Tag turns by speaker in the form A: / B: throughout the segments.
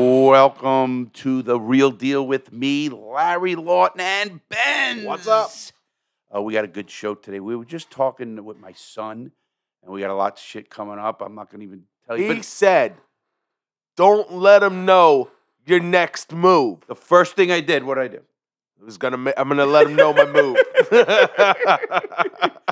A: Welcome to the real deal with me, Larry Lawton and Ben.
B: What's up?
A: Uh, we got a good show today. We were just talking with my son, and we got a lot of shit coming up. I'm not going to even tell you.
B: He
A: But
B: said, "Don't let him know your next move."
A: the first thing I did, what I do?
B: It was gonna. Ma- I'm gonna let him know my move.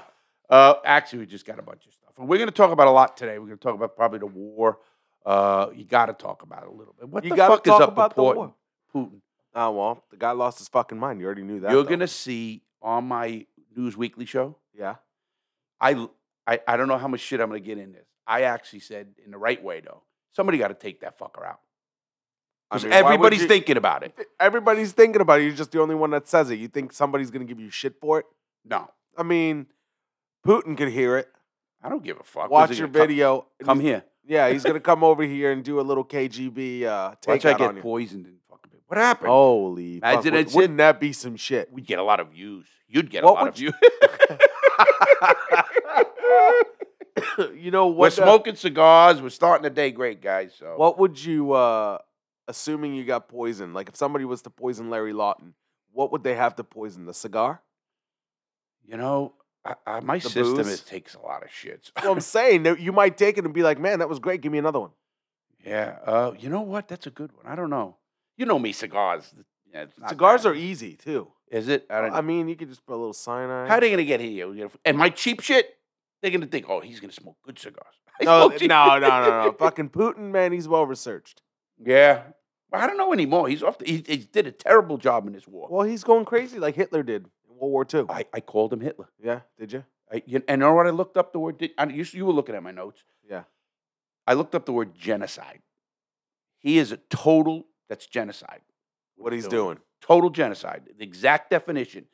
A: Uh, actually, we just got a bunch of stuff. And we're going to talk about a lot today. We're going to talk about probably the war. Uh, you got to talk about it a little bit. What
B: You
A: the
B: gotta
A: fuck is
B: talk
A: up
B: about the
A: with
B: war.
A: Putin? Putin?
B: oh well, the guy lost his fucking mind. You already knew that.
A: You're
B: though.
A: going to see on my News Weekly show,
B: Yeah.
A: I, I, I don't know how much shit I'm going to get in this. I actually said, in the right way, though, somebody got to take that fucker out.
B: I
A: Because
B: mean, why would
A: everybody's
B: you-
A: thinking about it.
B: Everybody's thinking about it. You're just the only one that says it. You think somebody's gonna give you shit for it?
A: No,
B: I mean, Putin could hear it.
A: I don't give a fuck. Was
B: Watch
A: it
B: your
A: gonna come-
B: video. and
A: Come
B: he's-
A: here.
B: Yeah, he's gonna come over here and do a little KGB uh,
A: Watch
B: take
A: I
B: on
A: get
B: you.
A: poisoned and fucking. What happened?
B: Holy, fuck,
A: Imagine
B: would-
A: that shit.
B: wouldn't that be some shit?
A: Oh, We'd get a lot of views. You'd get
B: What
A: a lot
B: would
A: of views.
B: you know
A: we're
B: what? uh,
A: smoking cigars. We're starting the day great, guys. So
B: What would you, uh, assuming you got poisoned, like if somebody was to poison Larry Lawton, what would they have to poison? The cigar?
A: you know, I, I, my
B: The
A: system
B: booze?
A: is, takes a lot of shits.
B: Well, I'm saying that you might take it and be like, man, that was great. Give me another one.
A: yeah. Uh, you know what? That's a good one. I don't know. You know me, cigars. Yeah, it's not
B: Cigars
A: bad.
B: are easy too.
A: Is it? I don't.
B: I
A: know.
B: mean, you could just put a little cyanide.
A: How are they gonna get here? You know, And my cheap shit. They're gonna think, oh, he's gonna smoke good cigars. I
B: no,
A: smoke
B: th-
A: cheap-
B: no, no, no, no. Fucking Putin, man, he's well researched.
A: Yeah. Well, I don't know anymore. He's off. The, he, he did a terrible job in this war.
B: Well, he's going crazy like Hitler did in World War II.
A: I, I called him Hitler.
B: yeah, did you?
A: I, you, and you know what? I looked up the word. Did, I, you, you were looking at my notes.
B: Yeah.
A: I looked up the word genocide. He is a total. That's genocide.
B: What he's doing?
A: Total genocide. The exact definition: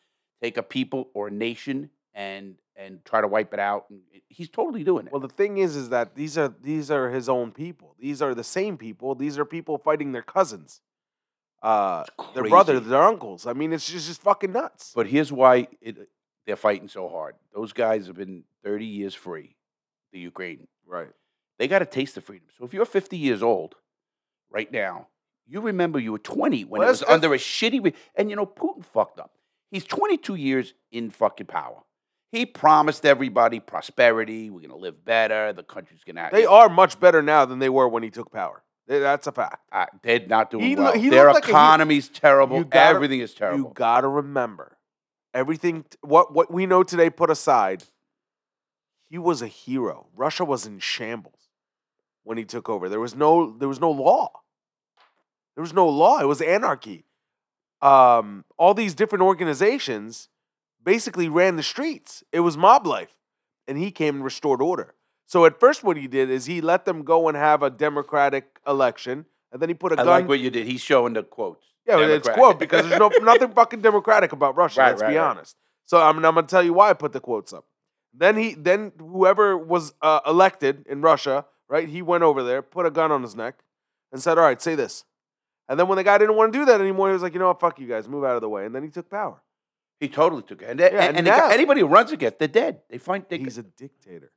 A: take a people or a nation and and try to wipe it out. And he's totally doing it.
B: Well, the thing is, is that these are these are his own people. These are the same people. These are people fighting their cousins, uh,
A: It's
B: their brother,
A: crazy.
B: their uncles. I mean, it's just, just fucking nuts.
A: But here's why it, uh, they're fighting so hard. Those guys have been 30 years free, the Ukraine.
B: right.
A: They got a taste of freedom. So if you're 50 years old right now, you remember you were 20 when
B: Well,
A: it was
B: that's- that's-
A: under a shitty. Re- and you know, Putin fucked up. He's 22 years in fucking power. He promised everybody prosperity. We're gonna live better. The country's gonna.
B: They are much better now than they were when he took power. Th- That's a fact.
A: Uh, they're not doing
B: He lo-
A: well.
B: he
A: Their
B: looked like a- he-
A: economy's terrible.
B: You gotta-
A: Everything is terrible.
B: You gotta remember everything. t- What what we know today, put aside, he was a hero. Russia was in shambles when he took over. There was no there was no law. There was no law. It was anarchy. Um, all these different organizations basically ran the streets. It was mob life, and he came and restored order. So at first, what he did is he let them go and have a democratic election, and then he put a
A: I
B: gun.
A: like what you did. He's showing the quotes.
B: Yeah, but it's
A: Democrat.
B: quote because there's no nothing fucking democratic about Russia.
A: Right,
B: let's
A: right,
B: be
A: right.
B: honest. So I mean, I'm gonna tell you why I put the quotes up. Then he, then whoever was uh, elected in Russia, right? He went over there, put a gun on his neck, and said, "All right, say this." And then when the guy didn't want to do that anymore, he was like, "You know what? Fuck you guys, move out of the way." And then he took power.
A: He totally took it. And, they-
B: Yeah,
A: and,
B: and
A: and they-
B: now-
A: anybody who runs against, they're dead. They find they,
B: He's a dictator.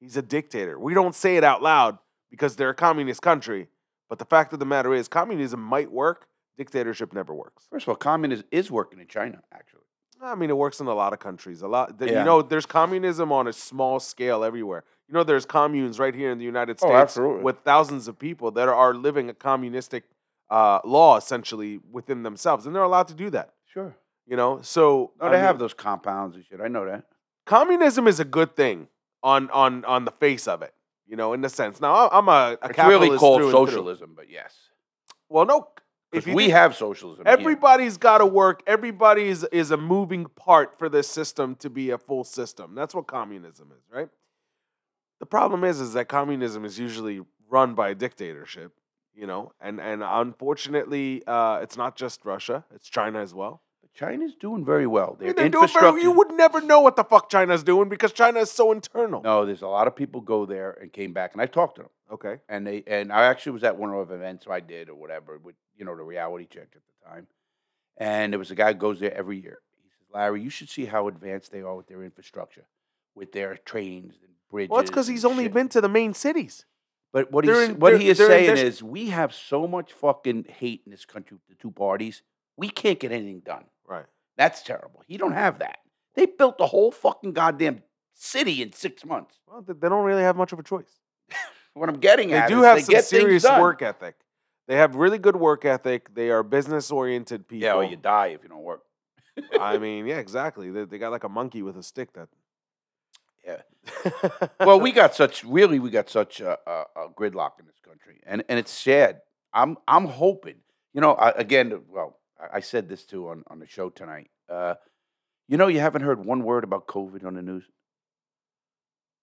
B: He's a dictator. We don't say it out loud because they're a communist country, but the fact of the matter is, communism might work. Dictatorship never works.
A: First of all, communism is working in China, actually.
B: I mean, it works in a lot of countries. A lot, th-
A: Yeah.
B: you know, there's communism on a small scale everywhere. You know, there's communes right here in the United
A: Oh,
B: States
A: absolutely.
B: with thousands of people that are living a communistic uh, law essentially within themselves, and they're allowed to do that.
A: Sure.
B: You know, so
A: No,
B: I
A: they
B: mean,
A: have those compounds and shit. I know that.
B: communism is a good thing on on on the face of it. You know, in the sense. Now, I- I'm a, a
A: It's
B: capitalist
A: really called
B: through and through.
A: socialism, but yes.
B: Well, no,
A: Because
B: you
A: we
B: think-
A: have socialism. here.
B: Everybody's got to work. Everybody is, is a moving part for this system to be a full system. That's what communism is, right? The problem is, is that communism is usually run by a dictatorship, you know, and and unfortunately, uh, it's not just Russia; it's China as well.
A: China's doing very well. Their
B: They're doing
A: infrastructure.
B: very, you would never know what the fuck China's doing because China is so internal.
A: no, there's a lot of people go there and came back, and I talked to them.
B: Okay,
A: and they and I actually was at one of the events I did or whatever with you know the reality check at the time, and there was a guy who goes there every year. He says, "Larry, you should see how advanced they are with their infrastructure, with their trains and bridges."
B: well, that's because he's
A: and
B: only
A: shit."
B: been to the main cities.
A: But what
B: They're
A: he's
B: in-
A: what
B: they're-
A: he is
B: they're in
A: saying
B: this-
A: is we have so much fucking hate in this country with the two parties. We can't get anything done.
B: Right.
A: That's terrible. He don't have that. They built the whole fucking goddamn city in six months.
B: Well, they they don't really have much of a choice.
A: What I'm getting
B: They
A: at
B: do
A: is
B: have
A: they
B: some
A: get things
B: serious
A: done.
B: work ethic. They have really good work ethic. They are business oriented people.
A: Yeah, or you die if you don't work.
B: I mean, yeah, exactly. They, they got like a monkey with a stick that.
A: Yeah.
B: Yeah.
A: well, we got such really we got such a, a, a gridlock in this country, and and it's sad. I'm I'm hoping, you know, I, again, well, I, I said this too on on the show tonight. Uh, you know, you haven't heard one word about COVID on the news.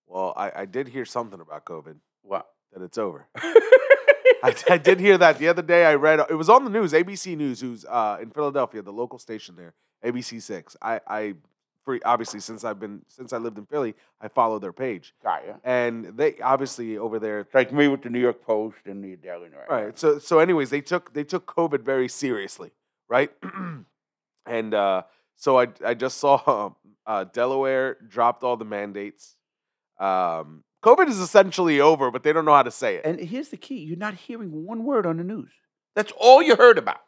B: well, I, I did hear something about COVID
A: What?
B: that it's over. I, I did hear that the other day. I read it was on the news, ABC News, who's uh, in Philadelphia, the local station there, ABC Six. I, I free, obviously since I've been since I lived in Philly, I follow their page,
A: Got ya.
B: and they obviously over there
A: It's like me with the New York Post and the Daily News.
B: All right. So so anyways, they took they took COVID very seriously, right? and uh, so I I just saw uh, Delaware dropped all the mandates. Um, COVID is essentially over, but they don't know how to say it.
A: And here's the key: you're not hearing one word on the news. That's all you heard about.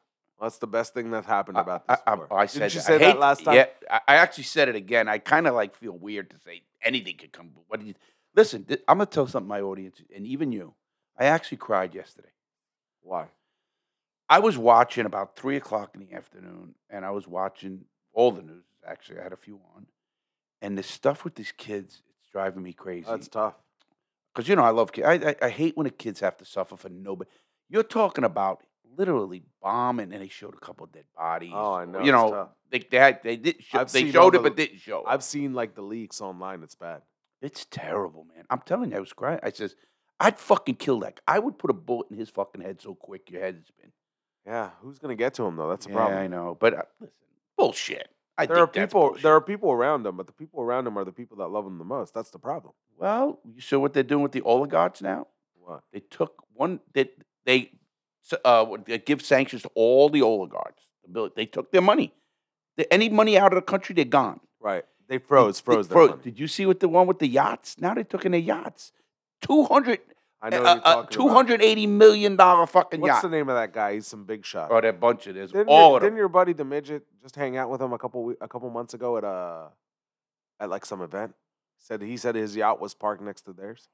B: That's the best thing that happened
A: I-
B: about
A: I,
B: this.
A: I-
B: war.
A: oh, I said
B: Did you
A: that.
B: say
A: I
B: that
A: hate-
B: last time?
A: Yeah, I, I actually said it again. I kind of like feel weird to say anything could come. But what do you, listen, th- I'm gonna tell something my audience and even you. I actually cried yesterday.
B: Why?
A: I was watching about three o'clock in the afternoon, and I was watching all the news. Actually, I had a few on, and the stuff with these kids. It's driving me crazy.
B: Oh, That's tough.
A: because you know I love kids. I, I I hate when the kids have to suffer for nobody. You're talking about literally bombing, and they showed a couple dead bodies.
B: Oh, I know.
A: You
B: it's
A: know,
B: tough.
A: they they, had, they did show,
B: I've
A: they
B: seen
A: showed
B: all
A: it, but
B: the-
A: didn't show. it.
B: I've seen like the leaks online. It's bad.
A: it's terrible, man. I'm telling you, I was crying. I says, I'd fucking kill that. I would put a bullet in his fucking head so quick your head would spin.
B: Yeah. Who's gonna get to him though? That's a
A: yeah,
B: problem.
A: I know, but uh, listen, bullshit. I
B: there are
A: think that's
B: people.
A: bullshit.
B: There are people around him, but the people around him are the people that love him the most. That's the problem.
A: well, you saw what they're doing with the oligarchs now.
B: What?
A: They took one that they, s- uh, would- they give sanctions to all the oligarchs. The bill- They took their money. The- any money out of the country, they're gone.
B: Right. They froze,
A: They
B: froze their
A: froze.
B: money.
A: Did you see what the one with the yachts? Now they took in their yachts. 200,
B: I
A: uh,
B: know
A: uh,
B: what you're talking about.
A: $280 million dollar fucking
B: What's
A: yacht.
B: the name of that guy? He's some big shot.
A: oh, that bunch of this.
B: didn't
A: all
B: your,
A: of
B: didn't
A: them.
B: your buddy the midget just hang out with him a couple we- a couple months ago at a at like some event? Said he said his yacht was parked next to theirs.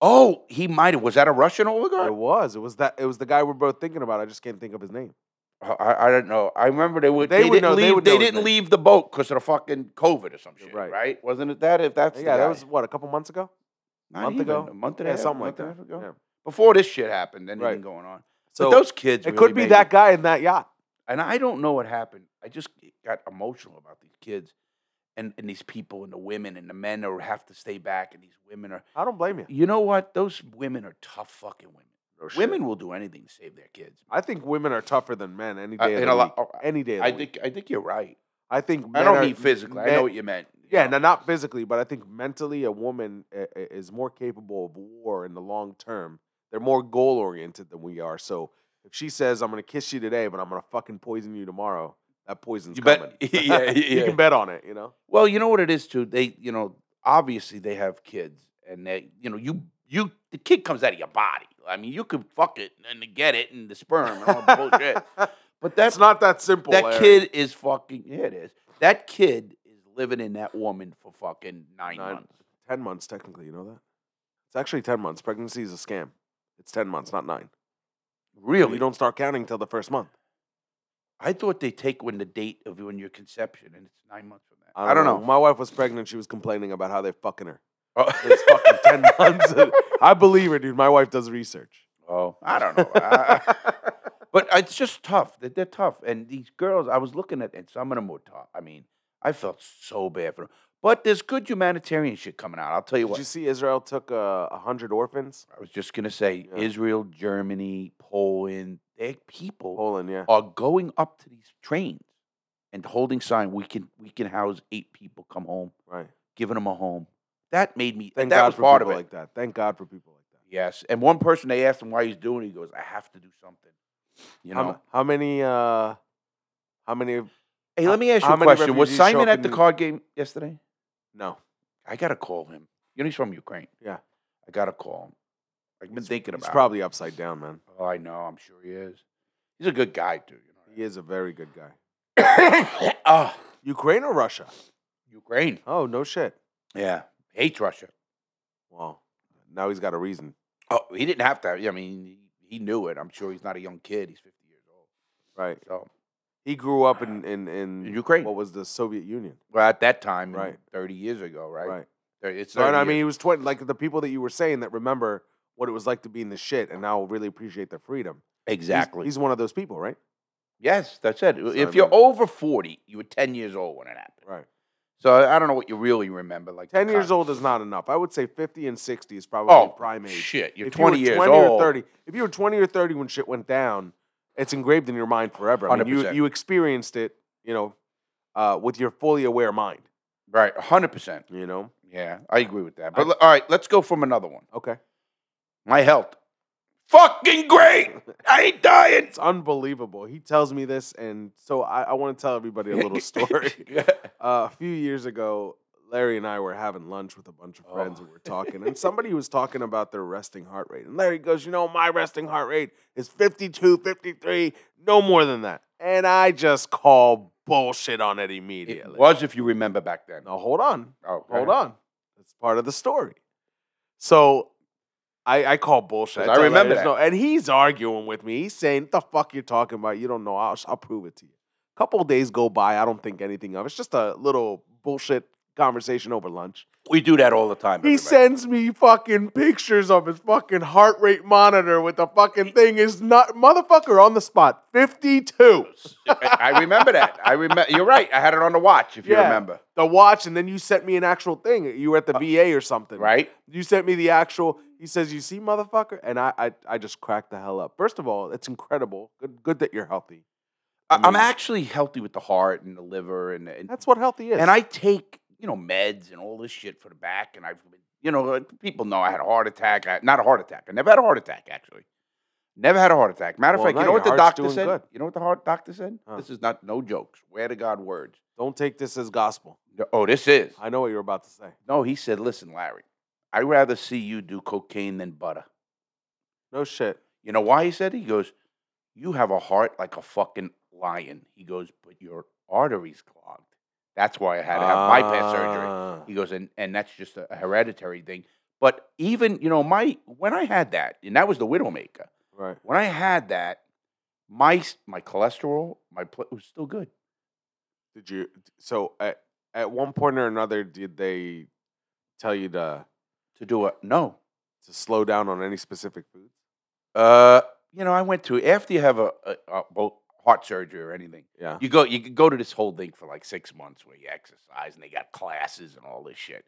A: Oh, he might have. Was that a Russian oligarch?
B: It was. It was that. It was the guy we're both thinking about. I just can't think of his name.
A: I, I- I don't know. I remember they would.
B: They
A: They,
B: would
A: didn't
B: know-
A: leave.
B: they
A: They,
B: would know his
A: didn't
B: name.
A: leave the boat because of the fucking COVID or some shit.
B: Right.
A: Right. Wasn't it that? If that's the
B: yeah,
A: guy.
B: that was what a couple months ago.
A: Not
B: month
A: even,
B: ago?
A: a month and a
B: Yeah,
A: half,
B: something like
A: month and a
B: that.
A: half ago?
B: Yeah.
A: before this shit happened, anything
B: Right.
A: going on.
B: So
A: but those kids,
B: it
A: really
B: could be
A: made me-
B: that guy in that yacht.
A: And I don't know what happened. I just got emotional about these kids, and and these people, and the women, and the men who have to stay back, and these women are.
B: I don't blame you.
A: You know what? Those women are tough fucking women.
B: No shit.
A: Women will do anything to save their kids.
B: I think women are tougher than men any
A: Uh,
B: day. of
A: and a
B: the
A: lot-
B: week.
A: oh,
B: Any day. Of the
A: I
B: week.
A: think I think you're right.
B: I think.
A: I
B: men
A: don't
B: are-
A: mean physically. I
B: men-
A: know what you meant. you
B: Yeah,
A: know.
B: no, not physically, but I think mentally, a woman i- i- is more capable of war in the long term. They're more goal oriented than we are. So if she says, "I'm going to kiss you today, but I'm going to fucking poison you tomorrow," that poison's
A: You bet-
B: coming.
A: yeah, yeah,
B: you
A: yeah.
B: can bet on it. You know,
A: Well, you know what it is too. They, you know, obviously they have kids, and they, you know, you, you, the kid comes out of your body. I mean, you could fuck it and get it and the sperm and all the bullshit. But that's
B: it's not that simple.
A: that
B: Larry.
A: kid is fucking. Yeah, it is. That kid is living in that woman for fucking nine,
B: Nine-
A: months.
B: ten months technically. You know that? It's actually ten months. Pregnancy is a scam. It's ten months, not nine.
A: Really?
B: You don't start counting till the first month.
A: I thought they take when the date of when your conception, and it's nine months from that.
B: My wife was pregnant. She was complaining about how they're fucking her.
A: Oh.
B: It's fucking ten months. I believe her, dude. My wife does research.
A: Oh, I don't know. I- I- but it's just tough. They're, they're tough. And these girls, I was looking at, and some of them were tough. I mean, I felt so bad for them. But there's good humanitarian shit coming out. I'll tell you
B: Did
A: what.
B: you see Israel took uh, a hundred orphans?
A: I was just gonna say,
B: Yeah.
A: Israel, Germany, Poland, their people
B: Poland, yeah.
A: are going up to these trains and holding sign. We can we can house eight people. Come home,
B: Right.
A: giving them a home. That made me.
B: Thank
A: that
B: God
A: was
B: for
A: part of
B: people
A: it.
B: like that. Thank God for people like that.
A: yes. And one person they asked him why he's doing. it. He goes, I have to do something. You know.
B: How, m- how many? Uh, how many? of-
A: Hey,
B: How-
A: let me ask you
B: how
A: a
B: many
A: question. Was
B: refugees show
A: Simon
B: up
A: at the
B: in-
A: card game yesterday?
B: No.
A: I got to call him. You know, he's from Ukraine.
B: Yeah.
A: I got to call him. I've been thinking
B: He's
A: about. it.
B: probably upside down, man.
A: Oh, I know. I'm sure he is. He's a good guy too.
B: He is a very good guy.
A: You know. oh,
B: Ukraine or Russia?
A: Ukraine.
B: Oh, no shit.
A: Yeah, hates Russia.
B: Well, now he's got a reason.
A: Oh, he didn't have to. I mean, he knew it. I'm sure he's not a young kid. He's 50 years old.
B: Right.
A: So,
B: He grew up in in, in
A: In Ukraine.
B: What was the Soviet Union?
A: well, at that time, right.
B: Right.
A: 30 years ago, right?
B: Right.
A: Thir- It's
B: So and
A: 30
B: I mean,
A: years-
B: he was twenty. Like the people that you were saying that remember what it was like to be in the shit and now really appreciate their freedom. He's-
A: exactly.
B: He's, one of those people, right?
A: yes, that's it.
B: So, I
A: if you're
B: mean-
A: over 40, you were 10 years old when it happened.
B: Right.
A: So I don't know what you really remember. Like the
B: Ten years
A: con-
B: old is not enough. I would say fifty and sixty is probably
A: Oh,
B: prime age.
A: shit. You're
B: If you were
A: 20 years
B: 20
A: old.
B: Or 30, if you were 20 or 30 when shit went down, it's engraved in your mind forever. I mean, you,
A: 100%.
B: you experienced it, you know, uh, with your fully aware mind,
A: Right. 100%.
B: you know?
A: Yeah, I agree with that.
B: I-
A: But l- all right, let's go from another one.
B: Okay.
A: My health. Fucking great. I ain't dying.
B: It's unbelievable. He tells me this, and so I, I want to tell everybody a little story. uh, a few years ago, Larry and I were having lunch with a bunch of friends
A: Oh.
B: and we were talking, and somebody was talking about their resting heart rate. And Larry goes, You know, my resting heart rate is 52, 53, no more than that. And I just call bullshit on it
A: it
B: immediately.
A: was if you remember back then.
B: Now, hold on.
A: Oh, go ahead.
B: Hold on. That's part of the story. So I, I call
A: 'Cause
B: bullshit.
A: I
B: tell Larry
A: remember
B: there's No, and he's arguing with me. He's saying, the fuck you're talking about? You don't know. I'll, I'll prove it to you. couple days go by. I don't think anything of it. It's just a little bullshit conversation over lunch.
A: We do that all the time.
B: He
A: everybody.
B: sends me fucking pictures of his fucking heart rate monitor with the fucking thing. Is not motherfucker on the spot. 52.
A: I I remember that. I remember. You're right. I had it on the watch, if you
B: Yeah.
A: remember.
B: The watch, and then you sent me an actual thing. You were at the VA or something.
A: Right?
B: You sent me the actual. He says, "You see, motherfucker," and I, I, I just cracked the hell up. First of all, it's incredible. Good, good that you're healthy.
A: I
B: I mean-
A: I'm actually healthy with the heart and the liver, and and,
B: That's what healthy is.
A: and I take you know meds and all this shit for the back, and I've been- you know like, people know I had a heart attack. I, not a heart attack. I never had a heart attack actually. Never had a heart attack. Matter of
B: Well,
A: fact,
B: now
A: you know
B: your
A: what the
B: heart's
A: doctor
B: doing
A: said.
B: good.
A: You know what the heart doctor said.
B: Huh.
A: This is not no jokes. Swear to God, words.
B: don't take this as gospel.
A: No- Oh, this is.
B: I know what you're about to say.
A: No, he said, listen, Larry, I'd rather see you do cocaine than butter.
B: No shit.
A: You know why he said it? He goes, You have a heart like a fucking lion. He goes, But your arteries clogged. That's why I had to have bypass surgery.
B: Ah.
A: He goes, and, and that's just a hereditary thing. But even, you know, my when I had that, and that was the Widowmaker,
B: Right.
A: when I had that, my s- my cholesterol, my pl- it was still good.
B: Did you? So at at one point or another, did they tell you to
A: To do it, no.
B: to slow down on any specific foods?
A: Uh, you know, I went to after you have a, a, a both heart surgery or anything.
B: Yeah.
A: You go you could go to this whole thing for like six months where you exercise and they got classes and all this shit.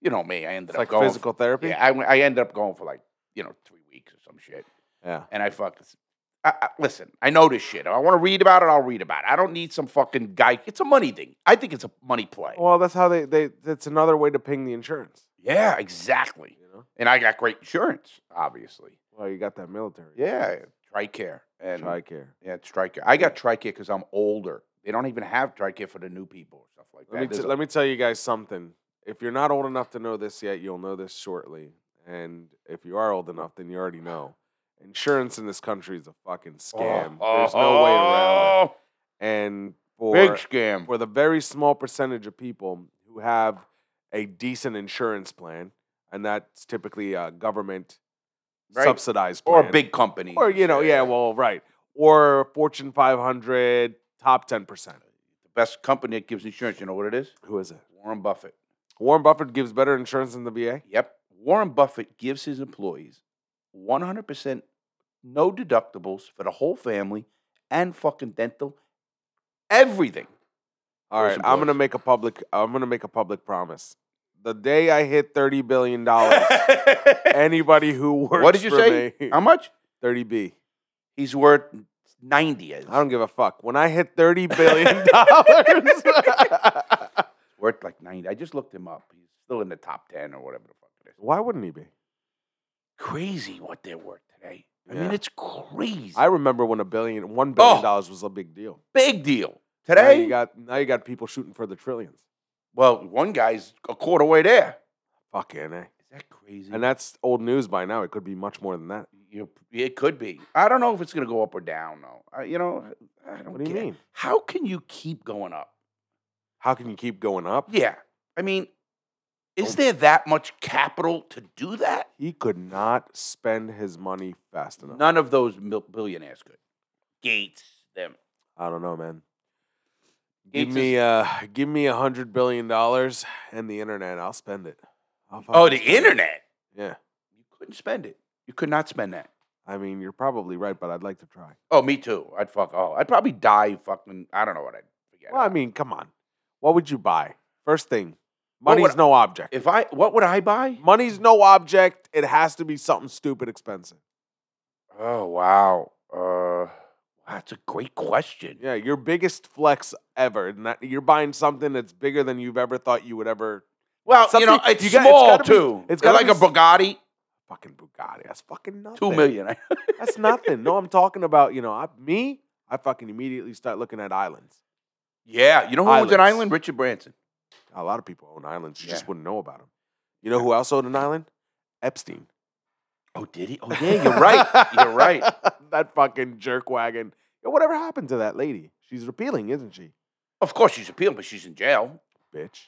A: You know me, I ended
B: It's
A: up
B: like
A: going.
B: physical therapy.
A: yeah, I, went- I ended up going for like you know three weeks or some shit,
B: Yeah.
A: and I fucked. I, I, listen, I know this shit. If I want to read about it, I'll read about it. I don't need some fucking guy. It's a money thing. I think it's a money play.
B: Well, that's how they they. That's another way to ping the insurance.
A: yeah, exactly.
B: You know.
A: And I got great insurance, obviously.
B: Well, you got that military.
A: Yeah, Tricare and
B: Tricare.
A: Yeah, Tricare. I got Tricare because I'm older. They don't even have Tricare for the new people or stuff like that.
B: Let me,
A: There's
B: t-
A: a-
B: let me tell you guys something. If you're not old enough to know this yet, you'll know this shortly. And if you are old enough, then you already know. Insurance in this country is a fucking scam. There's no way around it.
A: Oh,
B: And
A: Big
B: for,
A: scam.
B: for the very small percentage of people who have a decent insurance plan, and that's typically a government
A: Right.
B: subsidized plan.
A: Or a big company.
B: Or, you know, yeah, well, right. Or Fortune 500, top 10%.
A: The best company that gives insurance, you know what it is?
B: Who is it?
A: Warren Buffett.
B: Warren Buffett gives better insurance than the VA?
A: Yep. Warren Buffett gives his employees 100% no deductibles for the whole family and fucking dental, everything.
B: All
A: Or
B: right,
A: some
B: I'm gonna
A: blows.
B: make a public. I'm gonna make a public promise. The day I hit thirty billion dollars, anybody who works
A: what did you
B: for
A: say?
B: me,
A: How much?
B: thirty b.
A: He's worth 90 is.
B: I don't give a fuck. When I hit thirty billion dollars,
A: worth like 90. I just looked him up. He's still in the top 10 or whatever the fuck it is.
B: why wouldn't he be?
A: Crazy what they're worth today. I
B: Yeah.
A: mean, it's crazy.
B: I remember when a billion, one billion
A: Oh.
B: dollars was a big deal.
A: Big deal.
B: Now
A: Today,
B: you got now you got people shooting for the trillions.
A: well, one guy's a quarter way there.
B: Fucking eh.
A: Is that crazy?
B: And that's old news by now. It could be much more than that.
A: You, it could be. I don't know if it's going to go up or down though. I, you know, I don't
B: What do you
A: get-
B: mean?
A: How can you keep going up?
B: How can you keep going up?
A: Yeah, I mean, is there that much capital to do that?
B: He could not spend his money fast enough.
A: None of those mil- billionaires could. Gates, them.
B: I don't know, man.
A: Gates
B: Give
A: is-
B: me uh give me a hundred billion dollars and the internet, I'll spend it. I'll
A: Oh,
B: fucking
A: the
B: spend it.
A: internet.
B: Yeah.
A: You couldn't spend it. You could not spend that.
B: I mean, you're probably right, but I'd like to try.
A: Oh, me too. I'd fuck. Oh, I'd probably die. Fucking. I don't know what I'd. Forget
B: Well, I
A: about.
B: mean, come on. What would you buy? First thing,
A: What would
B: money's
A: I-
B: no object.
A: if I, what would I buy?
B: money's no object. It has to be something stupid expensive.
A: Oh wow. Uh, that's a great question.
B: Yeah, your biggest flex ever. and that- you're buying something that's bigger than you've ever thought you would ever.
A: Well, you know,
B: Something-
A: it's
B: you got- it's
A: small
B: gotta be-
A: too.
B: it's
A: It's
B: gotta
A: like
B: be
A: a
B: s-
A: Bugatti,
B: Fucking Bugatti. That's fucking nothing.
A: two million.
B: That's nothing. No, I'm talking about you know I, me. I fucking immediately start looking at islands.
A: yeah, you know who owns an
B: Islands.
A: island? Richard Branson.
B: A lot of people own islands. You just
A: Yeah.
B: wouldn't know about them. You know who else owned an island? Epstein.
A: Oh, did he? Oh, yeah, you're right. You're right.
B: that fucking jerk wagon. Yo, whatever happened to that lady? She's repealing, isn't she?
A: Of course, she's appealed, but she's in jail.
B: Bitch.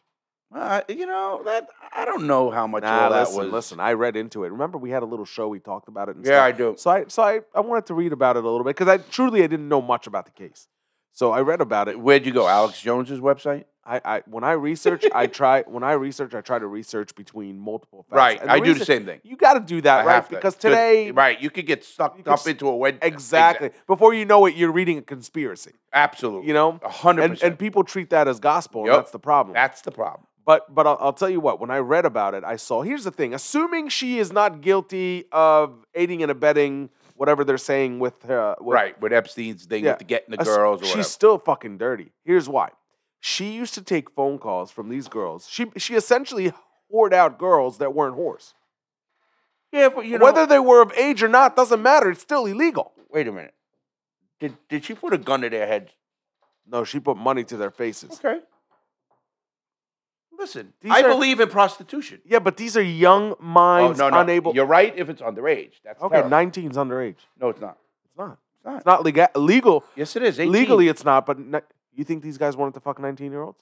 A: Uh, you know that I don't know how much
B: Nah,
A: all that
B: listen,
A: was.
B: listen. I read into it. Remember, we had a little show. We talked about it. And
A: Yeah,
B: stuff.
A: I do.
B: So I so I, I wanted to read about it a little bit because I truly I didn't know much about the case. So I read about it.
A: Where'd you go? Alex Jones's website.
B: I, I when I research, I try when I research, I try to research between multiple facts.
A: Right,
B: And
A: I do the
B: reason-
A: same thing.
B: You got to do
A: I
B: that, Uh, right?
A: have to.
B: Because
A: Good.
B: today,
A: right, you could get sucked
B: could
A: up
B: s-
A: into a wed.
B: exactly, before you know it, you're reading a conspiracy.
A: absolutely.
B: You know,
A: a hundred
B: and and
A: percent.
B: people treat that as gospel,
A: Yup.
B: and that's the problem.
A: That's the problem.
B: But but I'll, I'll tell you what. When I read about it, I saw. Here's the thing: assuming she is not guilty of aiding and abetting whatever they're saying with her, with,
A: right, with Epstein's thing
B: Yeah.
A: with the getting the
B: ass-
A: girls or
B: she's
A: whatever.
B: still fucking dirty. Here's why: she used to take phone calls from these girls. She she essentially whored out girls that weren't whores.
A: yeah, but you
B: Whether they were of age or not doesn't matter. It's still illegal.
A: wait a minute. Did did she put a gun to their heads?
B: No, she put money to their faces.
A: Okay. Listen,
B: These
A: I
B: are-
A: believe in prostitution. Oh,
B: Yeah, but these are young minds unable.
A: You're right if it's underage. That's
B: okay,
A: terrible.
B: 19's underage.
A: No, it's not.
B: It's not.
A: It's not.
B: It's not lega- legal.
A: Yes, it is. 18.
B: Legally, it's not. But ni- you think these guys wanted to fuck nineteen-year-olds?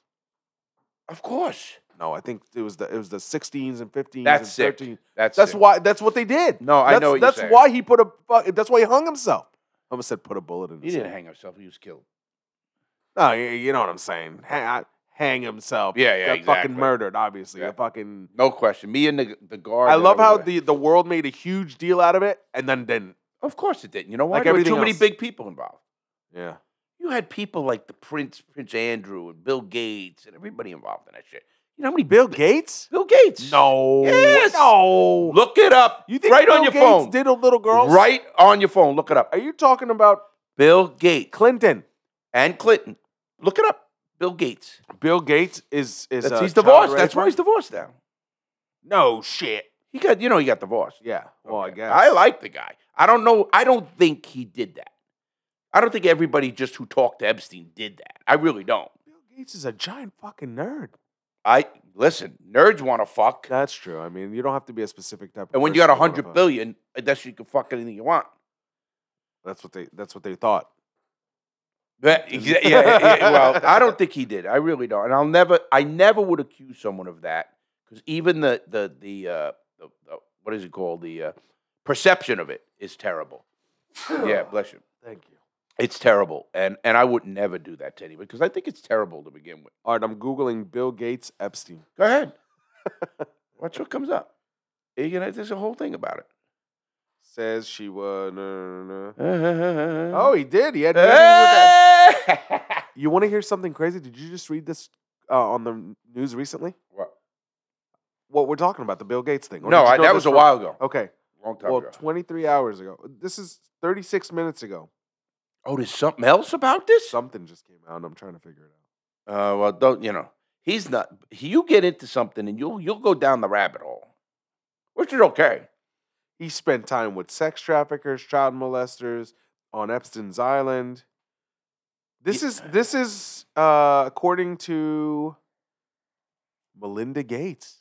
A: of course.
B: No, I think it was the it was the sixteens and fifteens.
A: That's
B: and
A: sick.
B: 13.
A: That's
B: That's
A: sick.
B: why. That's what they did.
A: No, I
B: that's,
A: know what you're
B: that's
A: saying.
B: why he put a. fu- That's why he hung himself. I almost said put a bullet in.
A: He
B: His
A: didn't
B: head.
A: hang himself. He was killed.
B: No, you, you know what I'm saying. Hang, hang himself.
A: Yeah, yeah,
B: Got
A: exactly.
B: fucking murdered. Obviously,
A: Yeah.
B: a fucking.
A: No question. Me and the the guard.
B: I
A: that
B: love
A: was
B: how
A: with-
B: the the world made a huge deal out of it and then didn't.
A: Of course it didn't. You know why?
B: Like
A: there were too
B: everything
A: many
B: else.
A: big people involved.
B: Yeah.
A: You had people like the Prince, Prince Andrew, and Bill Gates, and everybody involved in that shit. You know how many
B: Bill Gates?
A: Bill Gates?
B: No.
A: Yes.
B: No.
A: Look it up.
B: You think
A: right
B: Bill
A: on your
B: Gates
A: phone.
B: Did a little girl?
A: Right on your phone. Look it up.
B: Are you talking about
A: Bill Gates
B: Clinton?
A: and Clinton. Look it up. Bill Gates.
B: Bill Gates is is
A: That's,
B: a
A: he's
B: child
A: divorced. That's
B: raper?
A: why he's divorced now.
B: No shit.
A: He got, you know, he got divorced.
B: Yeah. Well, I
A: Okay.
B: guess
A: I like the guy. I don't know. I don't think he did that. I don't think everybody just who talked to Epstein did that. I really don't.
B: Bill Gates is a giant fucking nerd.
A: I listen. Nerds want to fuck,
B: That's true. I mean, you don't have to be a specific type. of
A: and when you
B: person
A: got a
B: to wanna
A: hundred
B: fuck.
A: billion, I guess you can fuck anything you want.
B: that's what they that's what they thought.
A: That- yeah, yeah, yeah, well, I don't think he did. I really don't, and I'll never. I never would accuse someone of that because even the the the, uh, the, the what is it called the uh, perception of it is terrible. yeah, bless you.
B: Thank you.
A: It's terrible, and and I would never do that to anybody because I think it's terrible to begin with.
B: All right, I'm googling Bill Gates Epstein.
A: Go ahead, watch what comes up. You know, there's a whole thing about it.
B: Says she was. No, no, no.
A: Oh,
B: Oh, he did. He had. meetings with that-
A: Hey!
B: You want to hear something crazy? Did you just read this uh, on the n- news recently?
A: What?
B: What we're talking about, the Bill Gates thing? or
A: No,
B: did you
A: I,
B: know
A: that
B: this
A: was a
B: from-
A: while ago.
B: Okay.
A: Long time
B: Well,
A: ago.
B: 23 hours ago. This is 36 minutes ago.
A: Oh, there's something else about this? Uh,
B: Something just came out, and I'm trying to figure it out.
A: well, don't you know? He's not. he- You get into something and you'll you'll go down the rabbit hole, which is okay.
B: He spent time with sex traffickers, child molesters on Epstein's Island. This
A: Ye-
B: is this is uh, according to Melinda Gates.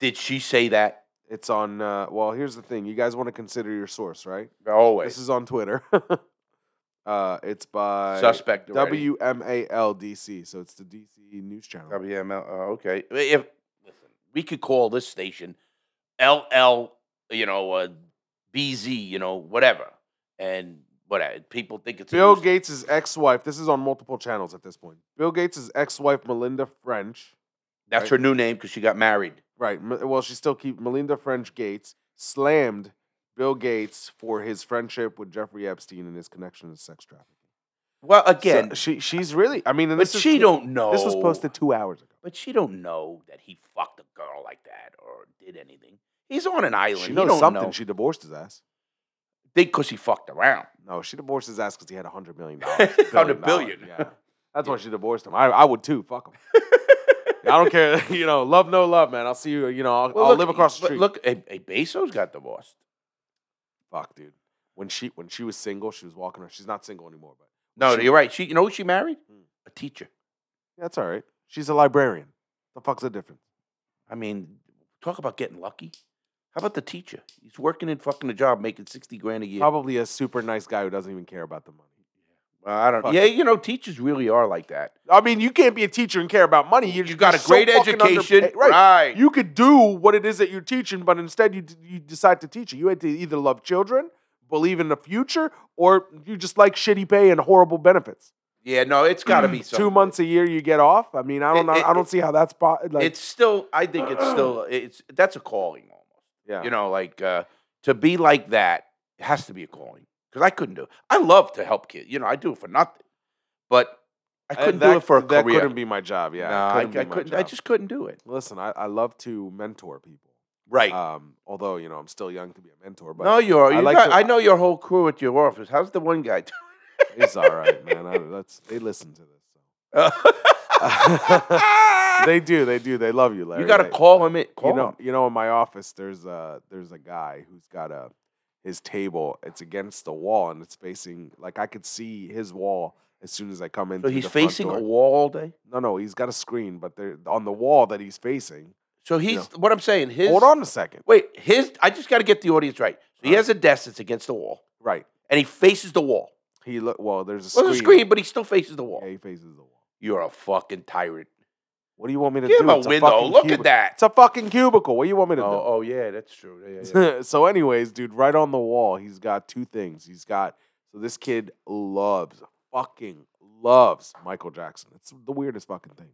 A: Did she say that?
B: It's on. Uh, well, here's the thing. You guys want to consider your source, right? This
A: Always
B: is on Twitter. uh, it's by
A: suspect. already.
B: WMALDC. So it's the DC news channel.
A: WML. Oh, okay. If listen, we could call this station LL, you know, uh, BZ, you know, whatever, and whatever. People think it's a
B: Bill
A: news-
B: Gates' ex-wife. This is on multiple channels at this point. Bill Gates' ex-wife Melinda French.
A: That's her new name because she got married.
B: Right. M- Well, she still keeps Melinda French Gates slammed Bill Gates for his friendship with Jeffrey Epstein and his connection to sex trafficking.
A: Well,
B: So
A: again,
B: she she's really. I mean, and
A: but
B: this is
A: she
B: two-
A: don't know.
B: This was posted two hours ago.
A: But she don't know that he fucked a girl like that or did anything. He's on an island.
B: She
A: He
B: knows
A: don't
B: something.
A: Know.
B: She divorced his ass.
A: because he fucked around.
B: No, she divorced his ass because he had a hundred million dollars.
A: Hundred
B: dollars,
A: billion.
B: Yeah, that's why she divorced him. I, I would too. Fuck him. I don't care. You know, love no love, man. I'll see you. You know, I'll,
A: Well,
B: I'll
A: look,
B: live across the
A: but
B: street.
A: Look, a, a Bezos got divorced.
B: fuck, dude. When she when she was single, she was walking around. She's not single anymore, but
A: No,
B: She-
A: you're right. She, you know who she married?
B: Hmm.
A: A teacher.
B: that's all right. She's a librarian. The fuck's the difference?
A: I mean, talk about getting lucky. How about the teacher? He's working in fucking a job, making sixty grand a year.
B: Probably a super nice guy who doesn't even care about the money.
A: Well, I don't.
B: Fuck.
A: Yeah, you know, teachers really are like that.
B: I mean, you can't be a teacher and care about money. You're,
A: You got
B: you're
A: a
B: so
A: great
B: fucking underpaid-
A: education,
B: right?
A: right?
B: You could do what it is that you're teaching, but instead you d- you decide to teach it. You had to either love children, believe in the future, or you just like shitty pay and horrible benefits.
A: yeah, no, it's got to be something.
B: Two months a year you get off. I mean, I don't
A: It-
B: know.
A: it-
B: I don't see how that's po- like.
A: it's still. I think it's still. It's that's a calling almost.
B: yeah.
A: You know, like uh, to be like that it has to be a calling. Because I couldn't do. it. I love to help kids. You know, I do it for nothing, but I Uh, couldn't do it for a
B: that
A: career.
B: couldn't be my job. Yeah,
A: Nah, I
B: couldn't
A: I,
B: be my
A: couldn't. I
B: job.
A: just couldn't do it.
B: listen. I, I love to mentor people.
A: Right.
B: Um, although you know I'm still young to be a mentor, but
A: no, you're.
B: I
A: You
B: like
A: got-
B: to-
A: I know your whole crew at your office. How's the one guy? doing?
B: it's all right, man. I, that's they listen to this.
A: Uh,
B: so. they do. They do. They love you, Larry.
A: you got to
B: They-
A: call him. It. Call
B: you know,
A: him.
B: you know, in my office, there's a there's a guy who's got a his table. It's against the wall, and it's facing like I could see his wall as soon as I come in.
A: So
B: through
A: he's
B: the front
A: facing a
B: door.
A: wall all day.
B: No, no, he's got a screen, but they're on the wall that he's facing.
A: So he's what I'm saying. His
B: Hold on a second.
A: Wait, his. I just got to get the audience right. So he
B: Alright.
A: has a desk that's against the wall,
B: Right.
A: and he faces the wall.
B: He look. Well, there's a
A: Well,
B: screen.
A: there's a screen, but he still faces the wall.
B: Yeah, he faces the wall.
A: You're a fucking tyrant.
B: What do you want me to
A: Give
B: do?
A: him a
B: It's
A: window.
B: fucking
A: Look
B: cubi-
A: at that.
B: It's a fucking cubicle. What do you want me to do?
A: oh, yeah, that's true. Yeah, yeah, yeah.
B: so, anyways, dude, right on the wall, he's got two things. He's got so this kid loves fucking loves Michael Jackson. It's the weirdest fucking thing.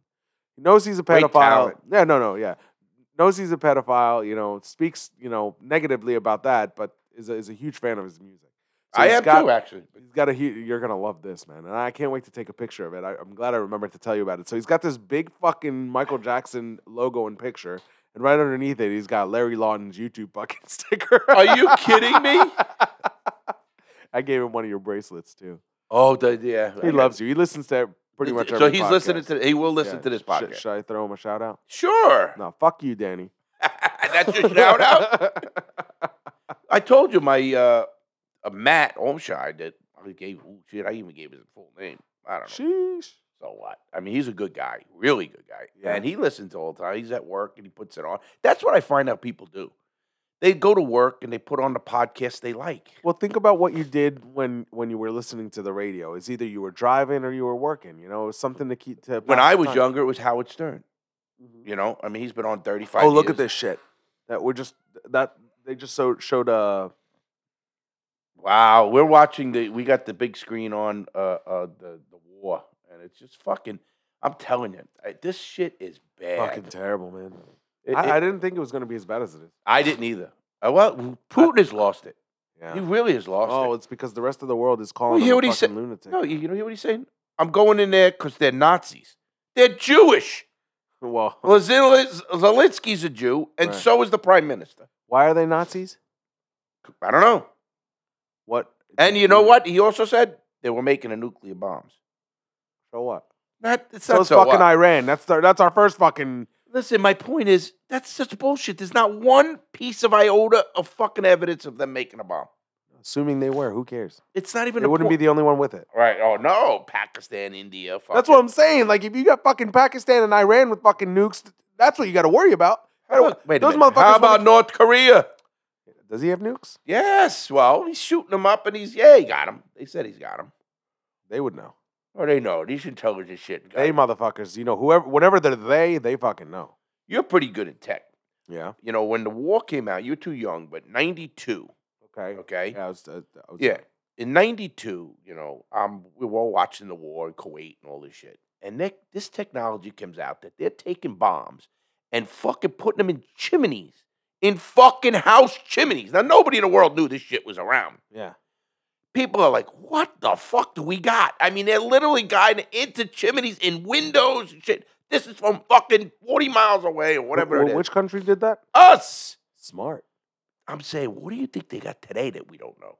B: He knows he's a
A: Great
B: pedophile.
A: talent.
B: Yeah, no, no, yeah. Knows he's a pedophile. You know, speaks you know negatively about that, but is a, is a huge fan of his music. So
A: I
B: he's
A: am
B: got-
A: too, actually.
B: He's got a hu You're gonna love this, man, and I can't wait to take a picture of it. I, I'm glad I remembered to tell you about it. So he's got this big fucking Michael Jackson logo and picture, and right underneath it, he's got Larry Lawton's YouTube fucking sticker.
A: Are you kidding me?
B: I gave him one of your bracelets too.
A: Oh, the, yeah.
B: He loves you. He listens to pretty much.
A: So
B: Every
A: he's
B: podcast.
A: listening to. He will listen
B: Yeah.
A: to this
B: Should-
A: podcast.
B: Should, I throw him a shout out?
A: Sure.
B: No, fuck you, Danny.
A: that's your shout out. I told you my uh, uh Matt Omshai that I gave ooh, shit. I even gave his full name. I don't know.
B: Sheesh.
A: So what? I mean, he's a good guy, really good guy,
B: Yeah.
A: and he listens all the time. He's at work and he puts it on. That's what I find out people do. They go to work and they put on the podcast they like.
B: Well, think about what you did when when you were listening to the radio. It's either you were driving or you were working. You know, it was something to keep to.
A: When
B: pass
A: I
B: the
A: was
B: time. Mm-hmm.
A: younger, it was Howard Stern. You know, I mean, he's been on thirty five.
B: Oh, look at this shit. That we're just that they just so showed uh
A: Wow, we're watching the. We got the big screen on uh, uh the the war, and it's just fucking. I'm telling you, I- this shit is bad.
B: fucking terrible, man.
A: It-
B: I,
A: it-
B: I didn't think it was gonna be as bad as it is.
A: I didn't either. Uh, well, Putin has lost it. He
B: Yeah.
A: really has lost
B: Oh,
A: it.
B: it's because the rest of the world is
A: you
B: calling him
A: hear
B: a
A: what he
B: fucking
A: said?
B: lunatic.
A: No, you, you don't hear what he's saying? I'm going in there because they're Nazis. They're Jewish.
B: Well,
A: Well, Zel- Zelensky's a Jew, and
B: Right.
A: so is the prime minister.
B: why are they Nazis?
A: I don't know.
B: What?
A: And you know what? He also said they were making a nuclear bombs.
B: So what?
A: Not, it's
B: So
A: not
B: it's
A: so
B: fucking
A: what.
B: Iran. That's the, that's our first fucking.
A: Listen, my point is that's such bullshit. There's not one piece of iota of fucking evidence of them making a bomb.
B: Assuming they were, who cares?
A: It's not even.
B: They wouldn't be the only one with it.
A: the right. Oh no, Pakistan, India.
B: That's what
A: fucking-
B: I'm saying. Like, if you got fucking Pakistan and Iran with fucking nukes, that's what you got to worry about.
A: How do we- Wait a
B: Those
A: minute.
B: motherfuckers
A: How about
B: wanna-
A: North Korea?
B: Does he have nukes?
A: Yes. Well, he's shooting them up, and he's yeah, he got them. They said he's got them.
B: They would know.
A: Oh, they know these intelligent shit.
B: They
A: guys.
B: motherfuckers, you know, whoever, whenever they're they, they fucking know.
A: You're pretty good at tech.
B: Yeah.
A: You know, when the war came out, you're too young, but '92.
B: Okay.
A: Okay.
B: Yeah. I was, uh, I was-
A: Yeah. In '92, you know, um, we were all watching the war in Kuwait and all this shit. And they, this technology comes out that they're taking bombs and fucking putting them in chimneys, in fucking house chimneys. Now, nobody in the world knew this shit was around.
B: Yeah.
A: People are like, what the fuck do we got? I mean, they're literally guiding into chimneys in windows and shit. This is from fucking 40 miles away or whatever
B: Wh-
A: it
B: wh-
A: is.
B: Which country did that?
A: Us!
B: Smart.
A: I'm saying, what do you think they got today that we don't know?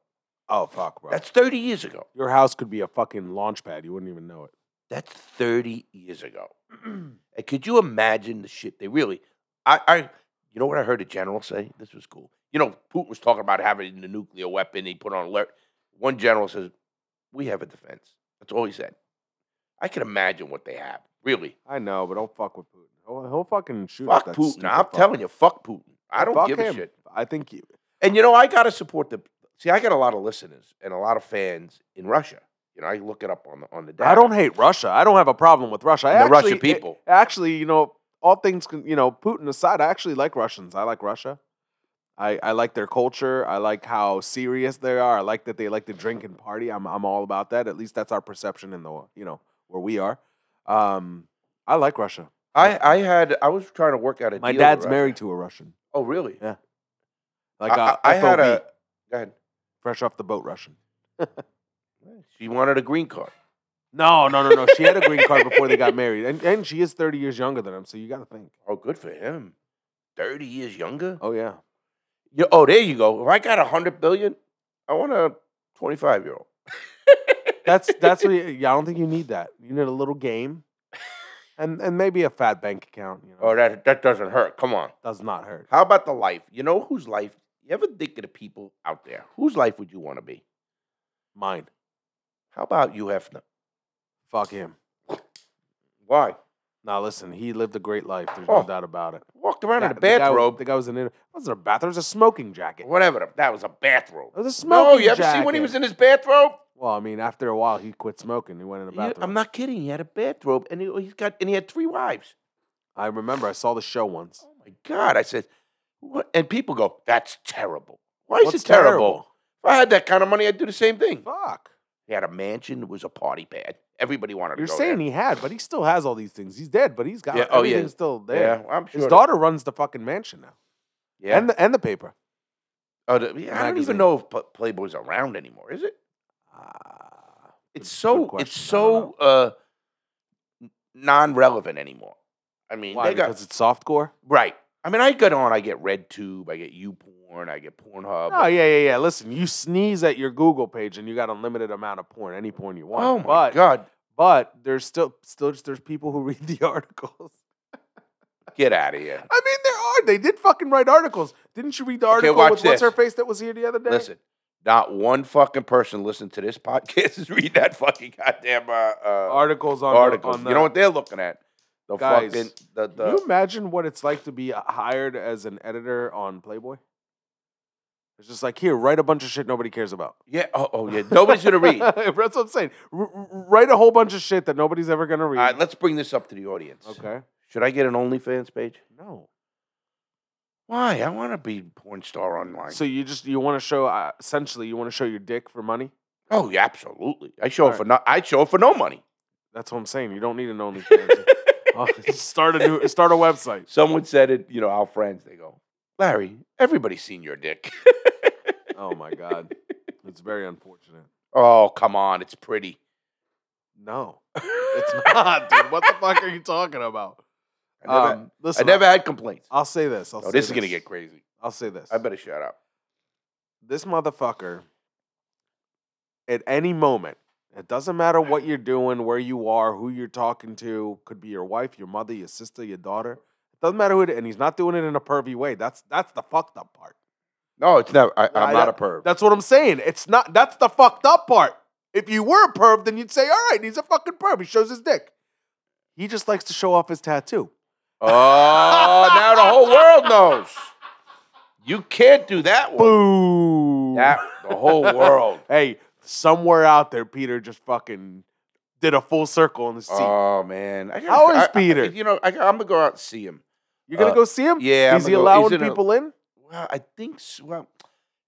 B: Oh fuck, bro.
A: That's 30 years ago.
B: Your house could be a fucking launch pad. You wouldn't even know it.
A: That's 30 years ago. and could you imagine the shit they really I, I you know what I heard a general say? This was cool. You know, Putin was talking about having the nuclear weapon, he put on alert. One general says, We have a defense. That's all he said. I can imagine what they have. Really.
B: I know, but don't fuck with Putin. He'll, he'll fucking shoot.
A: fuck Putin. I'm telling you, fuck Putin. I don't give a shit.
B: I think you.
A: And you know, I gotta support the see, I got a lot of listeners and a lot of fans in Russia. You know, I look it up on the on the data.
B: I don't hate Russia. I don't have a problem with Russia. I
A: And the
B: actually-
A: Russian people.
B: a- actually, you know, all things, con- you know, Putin aside, I actually like Russians. I like Russia. I, I like their culture. I like how serious they are. I like that they like to drink and party. I'm, I'm all about that. At least that's our perception in the, you know, where we are. Um, I like Russia.
A: I, I had I was trying to work out a
B: My
A: deal with
B: dad's
A: Russia.
B: married to a Russian.
A: Oh really?
B: Like
A: I,
B: uh,
A: I- I had
B: FOB,
A: a. Go ahead.
B: fresh off the boat Russian.
A: She wanted a green card.
B: No, no, no, no. She had a green card before they got married, and and she is 30 years younger than him. So you got to think.
A: Oh, good for him. Thirty years younger. Oh,
B: Oh yeah,
A: oh there you go. If I got a hundred billion, I want a twenty-five year old.
B: that's that's what. You, yeah, I don't think you need that. You need a little game, and and maybe a fat bank account. You know,
A: Oh, that that doesn't hurt. Come on.
B: does not hurt.
A: How about the life? You know whose life? You ever think of the people out there? Whose life would you want to be?
B: Mine.
A: How about you, Hefner?
B: Fuck him.
A: Why?
B: Now listen, he lived a great life. There's
A: Oh,
B: no doubt about it.
A: Walked around in
B: That-
A: a
B: the guy-
A: bathrobe.
B: The guy was in. It wasn't a bathrobe. It was a smoking jacket. It
A: whatever. the- That was a bathrobe.
B: was a
A: No,
B: smoking
A: you ever
B: jacket.
A: see when he was in his bathrobe?
B: Well, I mean, after a while, he quit smoking. He went in a
A: He-
B: bathroom.
A: I'm not kidding. He had a bathrobe, and he, he's got and he had three wives.
B: I remember. I saw the show once.
A: Oh my God. I said, what? and people go, that's terrible. Why is
B: What's
A: it terrible? If I had that kind of money, I'd do the same thing.
B: Fuck.
A: He had a mansion, it was a party pad. Everybody wanted
B: You're
A: to go
B: saying
A: there.
B: he had, but he still has all these things. He's dead, but he's got
A: Yeah,
B: yeah,
A: oh, yeah.
B: everything's still
A: Yeah,
B: there.
A: well, I'm sure.
B: His daughter runs the fucking mansion now,
A: yeah.
B: and the and the paper.
A: Oh, the- yeah, I don't even
B: magazine.
A: know if Pl- Playboy's around anymore, is it?
B: Ah,
A: It's
B: good
A: so it's
B: question. I don't
A: so uh, non-relevant anymore. I mean,
B: why?
A: they got
B: Because it's softcore.
A: right. I mean, I get on, I get RedTube, I get YouPorn, I get Pornhub.
B: Oh yeah, yeah, yeah. Listen, you sneeze at your Google page, and you got unlimited amount of porn, any porn you want.
A: oh my
B: but,
A: God,
B: But there's still still just- there's people who read the articles.
A: get out of here!
B: I mean, there are. They did fucking write articles. Didn't you read the
A: Okay,
B: article
A: watch
B: with what's her
A: this.
B: face that was here the other day?
A: Listen, not one fucking person listening to this podcast is reading that fucking goddamn uh, uh,
B: articles on the-
A: articles.
B: on the,
A: you know what they're looking at? The
B: Guys,
A: fucking the, the
B: Can you imagine what it's like to be uh, hired as an editor on Playboy? It's just like here, write a bunch of shit nobody cares about.
A: yeah oh, oh yeah nobody's gonna read. All
B: That's what I'm saying. R- r- write a whole bunch of shit that nobody's ever gonna read.
A: right, let's bring this up to the audience.
B: okay.
A: Should I get an OnlyFans page?
B: No.
A: Why? I want to be porn star online.
B: So you just you want to show uh, essentially you want to show your dick for money.
A: oh yeah, absolutely. I show
B: All
A: it for no. I show it for no money.
B: That's what I'm saying. You don't need an OnlyFans. oh, start a new start a website.
A: Someone said it. You know, our friends. They go, Larry. Everybody's seen your dick.
B: Oh my god, it's very unfortunate.
A: oh come on, it's pretty.
B: No, it's not, dude. What the fuck are you talking about?
A: I never,
B: um,
A: I
B: listen,
A: never had complaints.
B: I'll say this. I'll
A: Oh,
B: say
A: this is gonna get crazy.
B: I'll say this.
A: I better shut up.
B: This motherfucker, at any moment, it doesn't matter what you're doing, where you are, who you're talking to, could be your wife, your mother, your sister, your daughter. It doesn't matter who it is, and he's not doing it in a pervy way. That's that's the fucked up part.
A: No, it's not. I,
B: I-
A: I'm not a perv.
B: That's what I'm saying. It's not that's the fucked up part. If you were a perv, then you'd say, all right, he's a fucking perv. He shows his dick. He just likes to show off his tattoo.
A: Oh, now the whole world knows. You can't do that one.
B: Boom.
A: That the whole world.
B: Hey, somewhere out there, Peter just fucking did a full circle in the seat.
A: Oh man, I gotta,
B: How is
A: I- I-
B: Peter?
A: you know, I, I'm gonna go out and see him.
B: You're gonna
A: uh,
B: go see him?
A: yeah,
B: Is
A: I'm
B: he
A: gonna go-
B: allowing
A: he's in a-
B: people in?
A: Well, I think so. Well,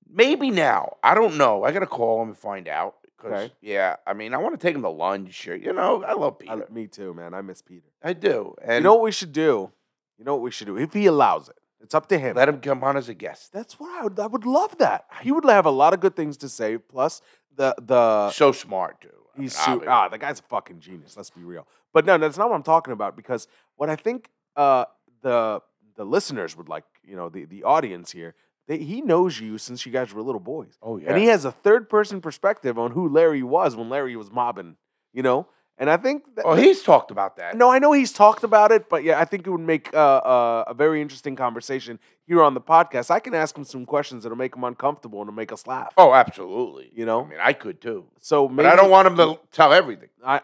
A: maybe now. I don't know. I gotta call him and find out. 'cause,
B: Okay.
A: Yeah, I mean, I want to take him to lunch. Or, you know, I love
B: I-
A: Peter.
B: me too, man. I miss Peter.
A: I, do. And
B: you know what we should do? You know what we should do? If he allows it, it's up to him.
A: let him come on as a guest.
B: That's what I would. I would love that. He would have a lot of good things to say. Plus, the the
A: so smart, too. I
B: Uh, he's
A: mean,
B: su-
A: obvi-
B: ah, the guy's a fucking genius. Let's be real. But no, that's not what I'm talking about. Because what I think uh, the the listeners would like, you know, the the audience here, they, he knows you since you guys were little boys.
A: Oh yeah.
B: And he has a third person perspective on who Larry was when Larry was mobbing, you know? And I think that,
A: oh, he's talked about that.
B: no, I know he's talked about it, but yeah, I think it would make uh, uh, a very interesting conversation here on the podcast. I can ask him some questions that'll make him uncomfortable and it'll make us laugh.
A: Oh, absolutely.
B: You know?
A: I mean, I could too,
B: So
A: but
B: maybe
A: I don't want him to tell everything.
B: I,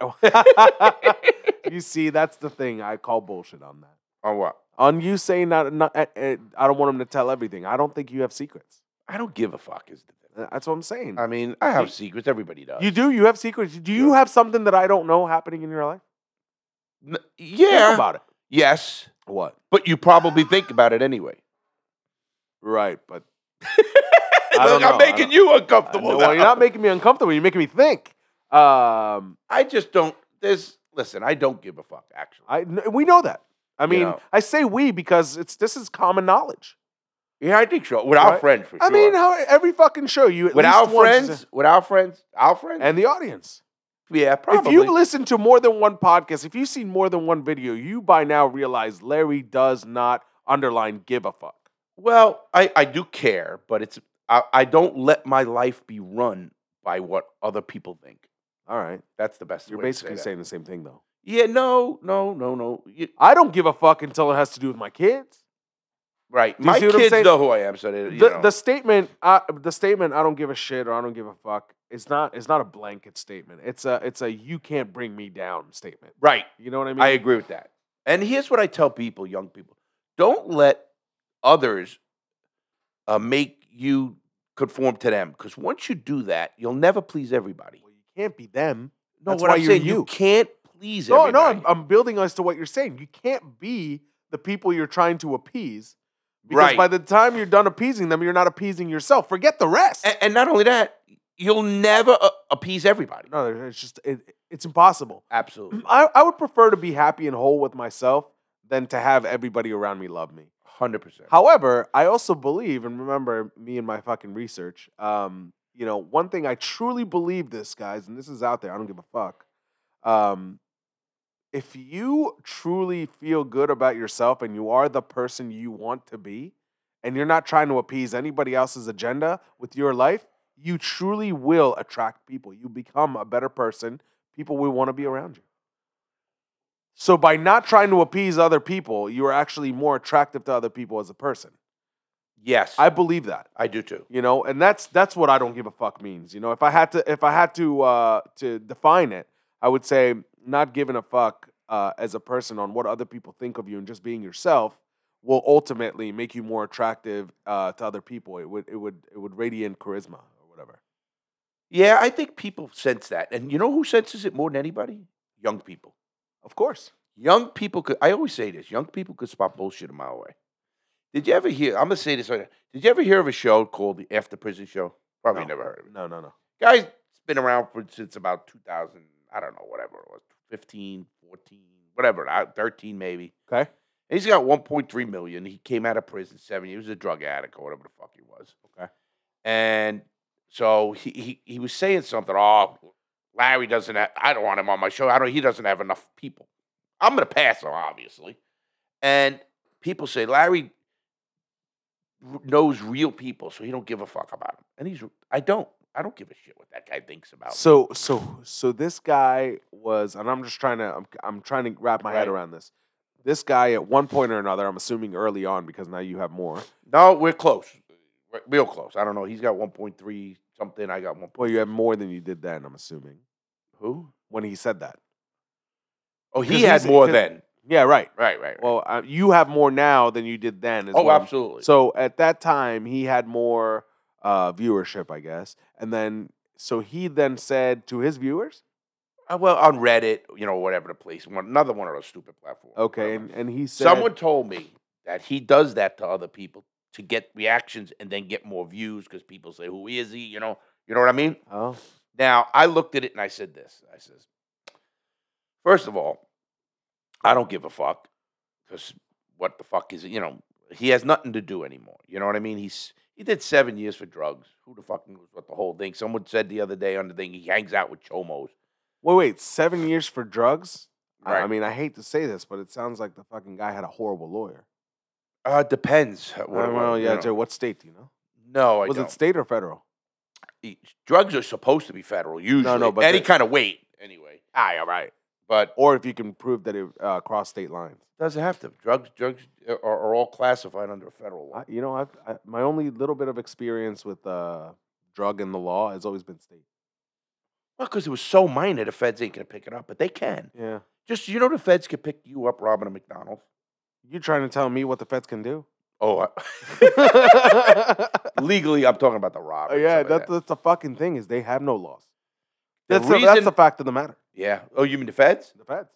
B: you see, that's the thing. I call bullshit on that.
A: On what?
B: On you saying not, not uh, uh, I don't want him to tell everything. I don't think you have secrets.
A: I don't give a fuck. Is the thing.
B: Uh, That's what I'm saying.
A: I uh, mean, I have secrets. Everybody does.
B: you do. You have secrets. Do you
A: Sure.
B: have something that I don't know happening in your life?
A: N-
B: Think
A: yeah.
B: about it.
A: Yes,
B: What?
A: but you probably think about it anyway.
B: Right, but
A: Look,
B: I don't know.
A: I'm
B: I
A: making
B: don't-
A: you
B: I
A: uncomfortable.
B: know-
A: now.
B: well, you're not making me uncomfortable. You're making me think. Um,
A: I just don't. There's listen. I don't give a fuck. Actually,
B: I kn- we know that. I
A: You
B: mean,
A: know.
B: I say we because it's this is common knowledge.
A: yeah, I think so. With our
B: Right?
A: friends, for
B: I
A: sure.
B: mean, how every fucking show you at
A: with
B: least
A: our
B: once is-
A: friends, with our friends, our friends,
B: and the audience.
A: yeah, probably.
B: If you've listened to more than one podcast, if you've seen more than one video, you by now realize Larry does not underline give a fuck.
A: well, I I do care, but it's I, I don't let my life be run by what other people think.
B: All right,
A: That's the best.
B: you're
A: way to say
B: basically
A: that.
B: saying the same thing though.
A: yeah, no, no, no, no. You-
B: I don't give a fuck until it has to do with my kids.
A: right,
B: Do you
A: my
B: see what I'm
A: kids
B: saying?
A: know who I am, so they, you
B: the,
A: know.
B: the statement uh, the statement I don't give a shit or I don't give a fuck it's not it's not a blanket statement. It's a it's a you can't bring me down statement.
A: right.
B: You know what I mean?
A: I agree with that. And here's what I tell people, young people: don't let others uh, make you conform to them, because once you do that, you'll never please everybody.
B: well, you can't be them.
A: No,
B: That's
A: what
B: why
A: I'm
B: you're
A: saying,
B: you.
A: can't please
B: No,
A: everybody.
B: no, I'm, I'm building as to what you're saying. You can't be the people you're trying to appease because
A: right.
B: by the time you're done appeasing them, you're not appeasing yourself. Forget the rest.
A: and, and not only that, you'll never uh, appease everybody.
B: no, it's just it, it's impossible.
A: Absolutely,
B: I, I would prefer to be happy and whole with myself than to have everybody around me love me.
A: hundred percent.
B: However, I also believe, and remember me and my fucking research, um, you know, one thing I truly believe this, guys, and this is out there, I don't give a fuck. Um, if you truly feel good about yourself and you are the person you want to be, and you're not trying to appease anybody else's agenda with your life, you truly will attract people. You become a better person. People will want to be around you. So by not trying to appease other people, you are actually more attractive to other people as a person.
A: Yes,
B: I believe that.
A: I do too.
B: You know, and that's that's what I don't give a fuck means. You know, if I had to if I had to uh to define it, I would say not giving a fuck uh as a person on what other people think of you and just being yourself will ultimately make you more attractive uh to other people. It would it would it would radiate charisma or whatever.
A: Yeah, I think people sense that, and you know who senses it more than anybody? Young people.
B: Of course.
A: Young people could. I always say this: young people could spot bullshit a mile away. Did you ever hear? I'm gonna say this right now. Did you ever hear of a show called the After Prison Show? Probably
B: No.
A: never heard of it.
B: No, no, no.
A: Guys, it's been around for since about 2000. I don't know, whatever it was, 15, 14, whatever, uh, 13 maybe.
B: Okay.
A: And he's got 1.3 million. He came out of prison seven years. He was a drug addict or whatever the fuck he was.
B: Okay.
A: And so he he, he was saying something. Oh, Larry doesn't. Have, I don't want him on my show. I don't. He doesn't have enough people. I'm gonna pass him, obviously. And people say Larry r- knows real people, so he don't give a fuck about him. And he's. I don't. I don't give a shit what that guy thinks about. me.
B: So so so this guy was, and I'm just trying to I'm, I'm trying to wrap my head
A: Right.
B: around this. This guy at one point or another, I'm assuming early on because now you have more.
A: No, we're close. We're real close. I don't know. He's got 1.3 something. I got one.
B: Well, you have more than you did then. I'm assuming
A: Who?
B: when he said that.
A: Oh,
B: Because
A: he had
B: he's-
A: more
B: because-
A: than.
B: Yeah, right.
A: Right, right. right.
B: Well, uh, you have more now than you did then. Is
A: oh,
B: what I'm-
A: absolutely.
B: So at that time, he had more uh, viewership, I guess, and then so he then said to his viewers,
A: Uh, well, on Reddit, you know, whatever the place, one, another one of those stupid platforms.
B: okay,
A: whatever.
B: and, and he said,
A: Someone told me that he does that to other people to get reactions and then get more views because people say, "Who is he?" You know, you know what I mean.
B: oh,
A: Now I looked at it and I said this. I says, first of all, I don't give a fuck because what the fuck is it? You know, he has nothing to do anymore. You know what I mean? He's he did seven years for drugs. Who the fuck knows what the whole thing? Someone said the other day on the thing he hangs out with chomos.
B: wait, wait, seven years for drugs. I- I
A: Right.
B: mean, I hate to say this, but it sounds like the fucking guy had a horrible lawyer.
A: Uh, depends. uh,
B: Well,
A: What, what- you
B: yeah,
A: know.
B: Jay, what state do you know?
A: No, I
B: Was
A: don't.
B: it state or federal?
A: E- Drugs are supposed to be federal usually.
B: but
A: any
B: the-
A: kind of weight anyway.
B: Ah, all right.
A: But
B: Or if you can prove that it uh, crossed state lines.
A: doesn't have to. Drugs, drugs are, are all classified under federal law.
B: I, you know, I've, I, my only little bit of experience with uh, drug and the law has always been state.
A: Well, because it was so minor, the feds ain't gonna pick it up, but they can.
B: Yeah.
A: Just you know, the feds could pick you up robbing a McDonald's.
B: You trying to tell me what the feds can do?
A: Oh,
B: yeah,
A: I- legally, I'm talking about the
B: Oh,
A: robbery.
B: that's, that's the fucking thing is they have no laws.
A: The
B: That's the, that's the
A: reason-
B: fact of the matter.
A: yeah. Oh, you mean the feds?
B: The feds.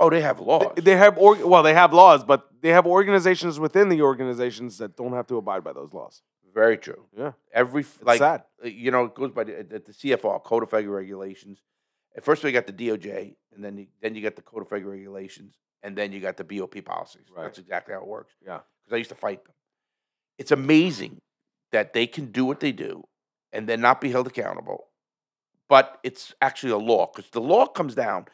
A: Oh, they have laws.
B: They, they have org- well, they have laws, but they have organizations within the organizations that don't have to abide by those laws.
A: Very true.
B: Yeah,
A: Every f-
B: it's
A: like
B: sad.
A: uh, you know, it goes by the, the, the CFR Code of Federal Regulations. At first, we got the DOJ, and then you, then you got the Code of Federal Regulations, and then you got the BOP policies.
B: Right.
A: That's exactly how it works.
B: Yeah.
A: because I used to fight them. It's amazing that they can do what they do and then not be held accountable, but it's actually a law because the law comes down.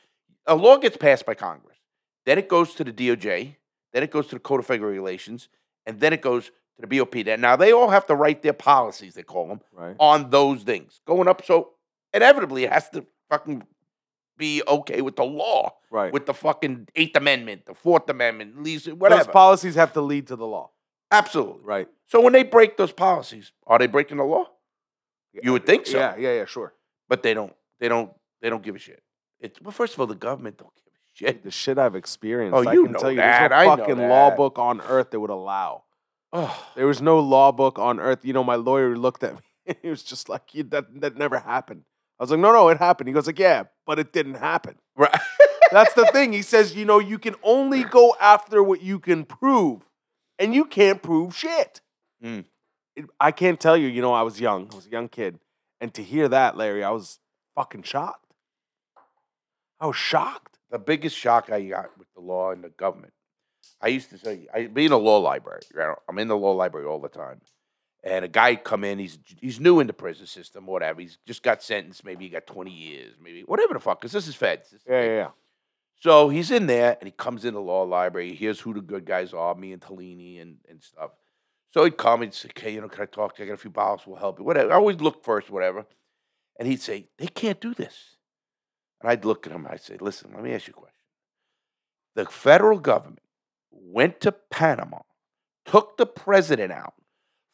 A: A law gets passed by Congress, then it goes to the DOJ, then it goes to the Code of Federal Regulations, and then it goes to the BOP. Then- Now they all have to write their policies. They call them
B: Right.
A: on those things going up. So inevitably, it has to fucking be okay with the law,
B: Right.
A: with the fucking Eighth Amendment, the Fourth Amendment, least
B: Those
A: whatever.
B: policies have to lead to the law.
A: Absolutely.
B: Right.
A: So when they break those policies, are they breaking the law? You would think so,
B: Yeah. Yeah. Yeah. Sure.
A: but they don't. They don't. They don't give a shit. It's well, first of all, the government don't give a shit.
B: The shit I've experienced.
A: Oh,
B: I
A: you
B: can
A: know
B: tell you,
A: that,
B: there's
A: I
B: no
A: know
B: fucking law
A: that.
B: book on earth that would allow.
A: Oh,
B: There was no law book on earth. You know, my lawyer looked at me. and He was just like, "You- "That that never happened." I was like, "No, no, it happened." He goes like, "Yeah, but it didn't happen."
A: right.
B: That's the thing. He says, "You know, you can only go after what you can prove, and you can't prove shit."
A: Mm.
B: It- I can't tell you. You know, I was young. I was a young kid, and to hear that, Larry, I was fucking shocked. I was shocked.
A: the biggest shock I got with the law and the government. I used to say, I be in a law library. You know, I'm in the law library all the time, and a guy come in. He's he's new in the prison system, whatever. He's just got sentenced. Maybe he got 20 years. Maybe whatever the fuck. Because this is feds. This is
B: Yeah, yeah, yeah.
A: So he's in there and he comes in the law library. He hears who the good guys are, me and Tellini and, and stuff. So he'd come and say, okay, you know, can I talk to you? I got a few bottles, we'll help you. Whatever. I always look first, whatever. And he'd say, they can't do this. And I'd look at him and I'd say, listen, let me ask you a question. The federal government went to Panama, took the president out,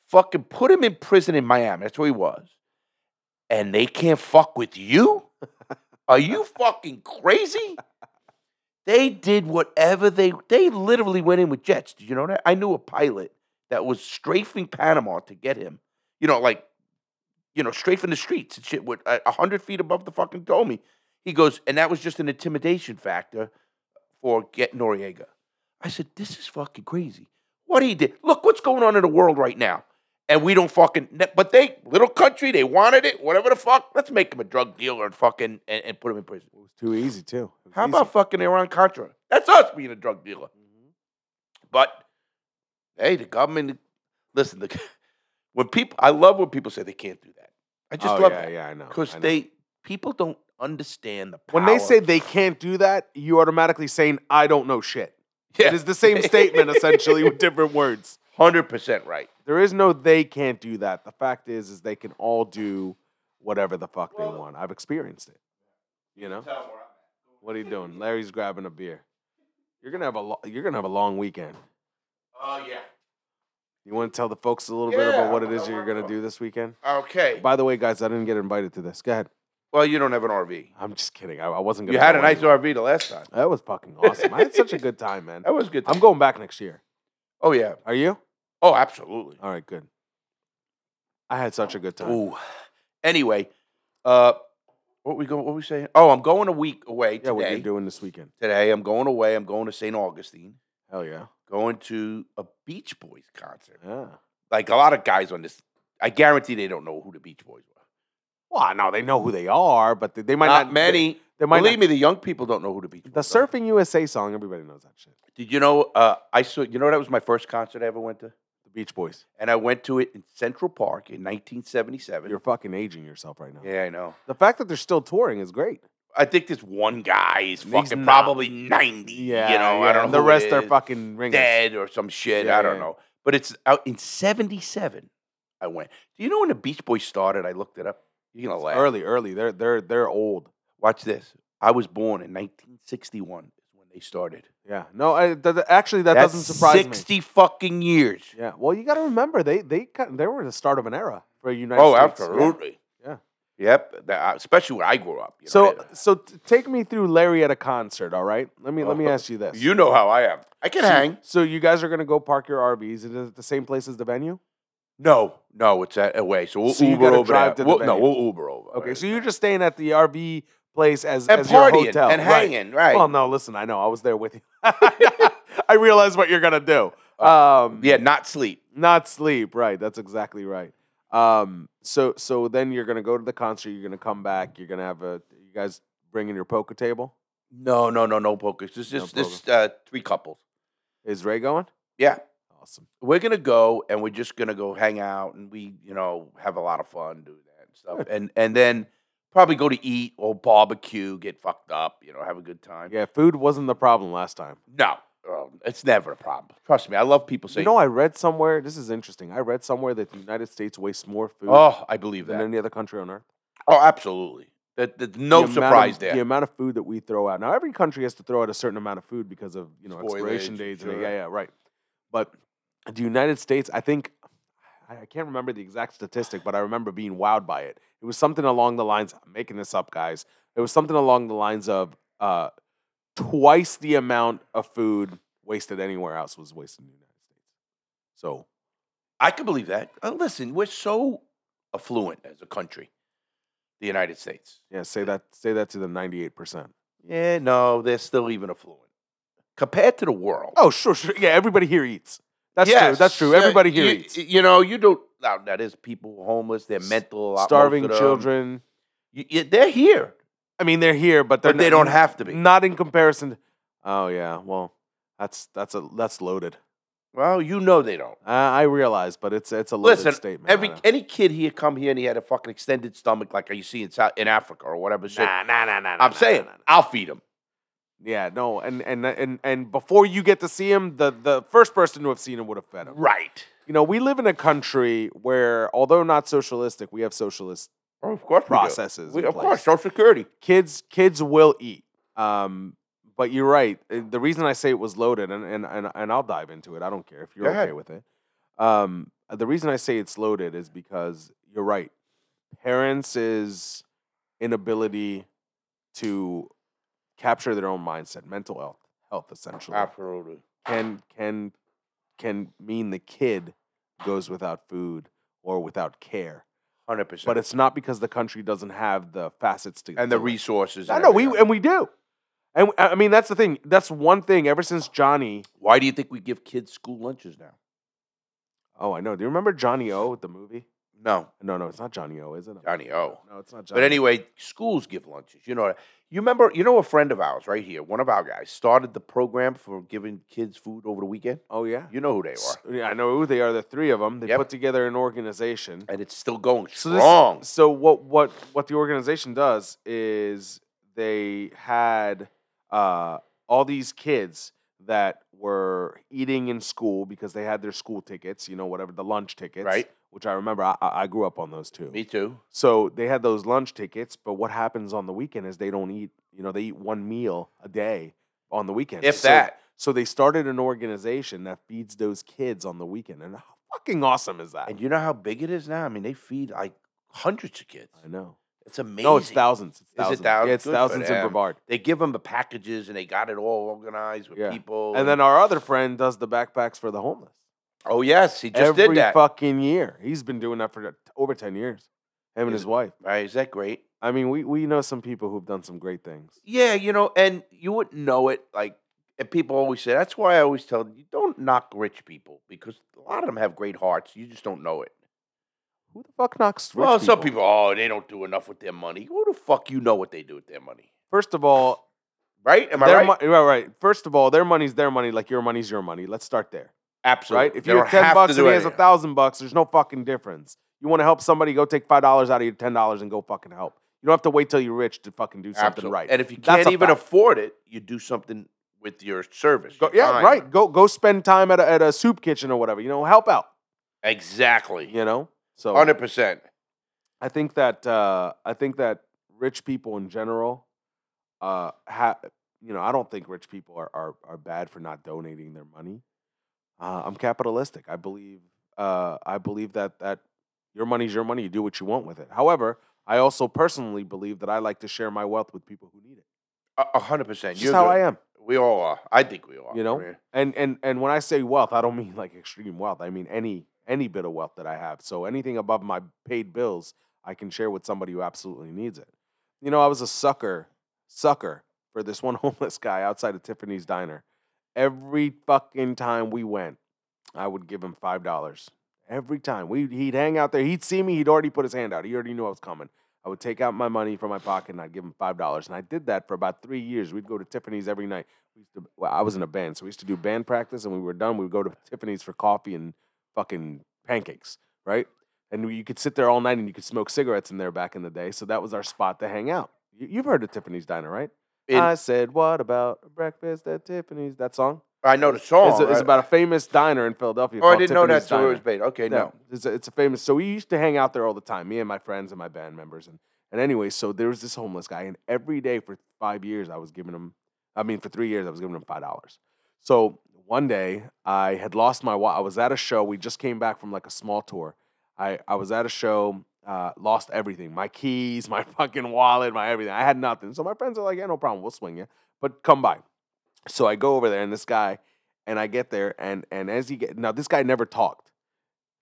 A: fucking put him in prison in Miami. That's where he was. And they can't fuck with you? Are you fucking crazy? They did whatever they they literally went in with jets. Did you know that? I knew a pilot that was strafing Panama to get him. You know, like, you know, strafing the streets and shit with uh, a hundred feet above the fucking dome. He goes, and that was just an intimidation factor for get Noriega. I said, this is fucking crazy. What he did. Look what's going on in the world right now. And we don't fucking, ne- but they, little country, they wanted it, whatever the fuck. Let's make him a drug dealer and fucking, and, and put him in prison.
B: It was too easy too. It was
A: How
B: easy.
A: about fucking Iran Contra? That's us being a drug dealer.
B: Mhm.
A: But hey, the government. Listen, the, when people, I love when people say they can't do that. I just
B: Oh,
A: love
B: yeah,
A: that
B: Yeah, I know.
A: because
B: I know.
A: they people don't understand the power.
B: When they say they can't do that, you automatically saying, I don't know shit. It is the same statement essentially with different words.
A: hundred percent right.
B: There is no they can't do that. The fact is, is they can all do whatever the fuck they
A: Well-
B: want. I've experienced it. You know? What are you doing? Larry's grabbing a beer. You're gonna have a lo- you're gonna have a long weekend.
A: Oh yeah.
B: You want to tell the folks a little bit
A: Yeah,
B: about what
A: I'm
B: it is
A: gonna
B: you're
A: work
B: gonna
A: on
B: do this weekend?
A: Okay.
B: By the way, guys, I didn't get invited to this. Go ahead.
A: Well, you don't have an RV.
B: I'm just kidding. I, I wasn't gonna.
A: You had
B: go
A: a nice
B: anywhere.
A: RV the last time.
B: That was fucking awesome. I had such a good time, man.
A: That was good.
B: I'm going back next year.
A: Oh yeah.
B: Are you?
A: Oh, absolutely.
B: All right, good. I had such a good time.
A: Ooh. Anyway, uh, what we go? What we saying? Oh, I'm going a week away
B: yeah, what
A: today.
B: you're doing this weekend?
A: today, I'm going away. I'm going to St. Augustine.
B: Hell yeah,
A: Going to a Beach Boys concert.
B: yeah.
A: Like a lot of guys on this, I guarantee they don't know who the Beach Boys were.
B: Well, no, they know who they are, but they, they might not,
A: not many.
B: They, they might
A: Believe
B: not,
A: me, the young people don't know who the Beach Boys
B: The
A: are.
B: Surfing USA song, everybody knows that shit.
A: Did you know? Uh, I saw. You know that was my first concert I ever went to,
B: The Beach Boys.
A: and I went to it in Central Park in 1977.
B: You're fucking aging yourself right now.
A: yeah, I know.
B: The fact that they're still touring is great.
A: I think this one guy is
B: He's
A: fucking
B: not-
A: probably 90. you know, I
B: yeah,
A: don't know.
B: and The
A: who it
B: rest are
A: is,
B: fucking ringers.
A: dead or some shit.
B: Yeah,
A: I don't
B: yeah.
A: know. But it's out in 77. I went. Do you know when the Beach Boys started? I looked it up. You're gonna laugh.
B: Early, early. They're they're they're old.
A: Watch this. I was born in 1961 is when they started.
B: Yeah. No, I, th- th- actually, that
A: That's
B: doesn't surprise
A: 60 fucking years.
B: me. Yeah. Well, you got to remember they they got, they were the start of an era for United
A: Oh,
B: States. Yeah.
A: absolutely.
B: Yeah.
A: Yep. That- especially when I grew up. You know,
B: So uh,
A: they-
B: so t- take me through Larry at a concert. All right. Let me let me
A: Oh,
B: ask you this.
A: You know how I am. I can
B: so,
A: hang.
B: So you guys are gonna go park your RVs Is it at the same place as the venue?
A: No, no, it's a- away. So we'll
B: So you
A: Uber
B: gotta
A: over
B: drive
A: there.
B: to the
A: We'll- no,
B: venue.
A: we'll Uber over.
B: Okay, so
A: you
B: you're just staying at the RV place as,
A: and
B: as your
A: partying
B: hotel
A: and
B: right.
A: hanging, right?
B: Well, no, listen, I know I was there with you. I realize what you're gonna do. um,
A: Uh, Yeah, not sleep.
B: not sleep. Right, that's exactly right. Um, so so then you're gonna go to the concert. You're gonna come back. You're gonna have a. You guys bringing your poker table?
A: No, no, no, no poker. It's just
B: No
A: just this uh, three couples.
B: Is Ray going?
A: Yeah,
B: Awesome.
A: we're gonna go and we're just gonna go hang out and we you know have a lot of fun do that and stuff and and then probably go to eat or barbecue, get fucked up, you know, have a good time.
B: Yeah, food wasn't the problem last time.
A: No, um, it's never a problem. Trust me, I love people
B: you
A: saying.
B: know, I read somewhere. This is interesting. I read somewhere that the United States wastes more food
A: oh, I believe
B: than
A: that.
B: any other country on earth.
A: Oh, absolutely. That, that no
B: the amount of-
A: surprise there.
B: The amount of food that we throw out. Now every country has to throw out a certain amount of food because of you know
A: Spoilage,
B: expiration dates. And,
A: sure.
B: yeah, yeah, right. But the United States, I think, I I can't remember the exact statistic, but I remember being wowed by it. It was something along the lines. I'm making this up, guys. It was something along the lines of uh, twice the amount of food wasted anywhere else was wasted in the United States. So
A: I could believe that. Uh, listen, we're so affluent as a country, the United States.
B: yeah, say that say that to the 98 percent.
A: Yeah, no, they're still even affluent compared to the world.
B: Oh, sure, sure. Yeah, everybody here eats. That's true. That's true.
A: Yes, uh,
B: Everybody here
A: you,
B: eats.
A: You know, you don't. Now, now there's people homeless. They're
B: S-
A: mental, a lot, most of
B: starving
A: them.
B: children.
A: You- you- they're here,
B: I mean, they're here, but, they're
A: but they
B: not-
A: don't have to be.
B: Not in comparison. Oh yeah, well, that's that's a that's loaded.
A: Well, you know they don't.
B: I, I realize, but it's it's a loaded
A: Listen,
B: statement. I
A: Every
B: know.
A: any kid here come here and he had a fucking extended stomach, like you see in South, in Africa or whatever. Shit.
B: nah, nah, nah, nah, nah,
A: I'm
B: nah,
A: saying
B: nah, nah.
A: I'll feed him.
B: yeah, no, and and and and before you get to see him, the the first person to have seen him would have fed him.
A: Right.
B: You know, we live in a country where, although not socialistic, we have socialist
A: Oh, of course, we do.
B: processes.
A: We,
B: in
A: of
B: place.
A: course, Social Security.
B: kids kids will eat. Um, but you're right. Uh, The reason I say it was loaded, and and and, and I'll dive into it. I don't care if you're
A: Go
B: okay
A: ahead.
B: with it. Um, uh, the reason I say it's loaded is because you're right. Parents is inability to capture their own mindset, mental health, health essentially
A: Absolutely.
B: can can can mean the kid goes without food or without care.
A: Hundred percent.
B: But it's not because the country doesn't have the facets to
A: and the
B: to it.
A: resources.
B: I
A: and
B: know we
A: everything.
B: and we do, and w- I I mean that's the thing. That's one thing. Ever since Johnny,
A: Why do you think we give kids school lunches now?
B: oh I know. Do you remember Johnny O the movie?
A: No,
B: No, no, it's not Johnny O, is it?
A: Johnny O.
B: No, it's not. Johnny.
A: oh, But anyway, schools give lunches. You know, that. you remember? You know, a friend of ours right here, one of our guys, started the program for giving kids food over the weekend.
B: oh yeah,
A: You know who they
B: S-
A: are,
B: yeah, I know who they are. The three of them. They
A: Yep.
B: put together an organization.
A: and it's still going
B: So this-
A: strong.
B: So what what what the organization does is they had uh, all these kids that were eating in school because they had their school tickets, you know, whatever the lunch tickets,
A: Right.
B: Which I remember, I, I I grew up on those too.
A: Me too.
B: So they had those lunch tickets, but what happens on the weekend is they don't eat. You know, they eat one meal a day on the weekend.
A: If that.
B: So they started an organization that feeds those kids on the weekend, and how fucking awesome is that?
A: And you know how big it is now? I mean, they feed like hundreds of kids.
B: I know.
A: It's amazing.
B: No, it's thousands. It's
A: it
B: thousands.
A: thousands?
B: Yeah, it's
A: Good for
B: thousands in
A: them.
B: Brevard.
A: They give them the packages and they got it all organized with
B: Yeah.
A: people.
B: And then uh, our other friend does the backpacks for the homeless.
A: oh yes, he just
B: Every
A: did that.
B: fucking year. He's been doing that for over 10 years. Him and
A: Is
B: his
A: it-
B: wife.
A: Right? Is that great?
B: I mean, we, we know some people who've done some great things.
A: Yeah, you know, and you wouldn't know it. Like, and people always say that's why I always tell you don't knock rich people because a lot of them have great hearts. You just don't know it.
B: Who the fuck knocks rich
A: well, some people, oh, they don't do enough with their money. Who the fuck you know what they do with their money,
B: First of all,
A: right? Am I
B: their
A: right?
B: mo- right, right. First of all, their money's their money, like your money's your money. Let's start there,
A: Absolutely.
B: right? If
A: They
B: you
A: don't
B: have ten
A: have to
B: bucks
A: do
B: and he has a
A: anything.
B: thousand bucks, there's no fucking difference. You want to help somebody, go take five dollars out of your ten dollars and go fucking help. You don't have to wait till you're rich to fucking do something
A: Absolutely.
B: right.
A: And if you
B: That's
A: can't
B: a
A: even
B: fact.
A: afford it, you do something with your service.
B: Go,
A: your
B: yeah,
A: time.
B: right. Go go spend time at a, at a soup kitchen or whatever. You know, help out.
A: Exactly.
B: You know, so
A: Hundred percent.
B: I think that uh, I think that rich people in general, uh, ha- you know, I don't think rich people are are, are bad for not donating their money. Uh, I'm capitalistic. I believe uh, I believe that that your money's your money. You do what you want with it. However, I also personally believe that I like to share my wealth with people who need it.
A: hundred percent.
B: That's just how I am.
A: We all are. I think we all.
B: You know? And and and when I say wealth, I don't mean like extreme wealth. I mean any any bit of wealth that I have. So anything above my paid bills, I can share with somebody who absolutely needs it. You know, I was a sucker, sucker for this one homeless guy outside of Tiffany's diner. Every fucking time we went, I would give him five dollars. Every time we he'd hang out there, he'd see me, he'd already put his hand out. He already knew I was coming. I would take out my money from my pocket and I'd give him five dollars. And I did that for about three years. We'd go to Tiffany's every night. We used to, well, I was in a band, so we used to do band practice, and we were done. We would go to Tiffany's for coffee and fucking pancakes, right? And we- you could sit there all night, and you could smoke cigarettes in there back in the day. So that was our spot to hang out. You, you've heard of Tiffany's Diner, right?
A: In-
B: I said, "What about breakfast at Tiffany's?" That song
A: I know the song.
B: is, is
A: Oh, I-
B: about a famous diner in Philadelphia.
A: Oh, I
B: called
A: didn't know
B: Tiffany's
A: that's where it
B: Diner.
A: was made. Okay,
B: No,
A: no.
B: it's a, it's a famous. So we used to hang out there all the time, me and my friends and my band members, and and anyway, so there was this homeless guy, and every day for five years, I was giving him, I mean, for three years, I was giving him five dollars. So one day, I had lost my wallet. I was at a show. We just came back from like a small tour. I I was at a show. Uh, lost everything, my keys, my fucking wallet, my everything. I had nothing. So my friends are like, "Yeah, no problem, we'll swing you, but come by." So I go over there, and this guy, and I get there, and and as he get now, this guy never talked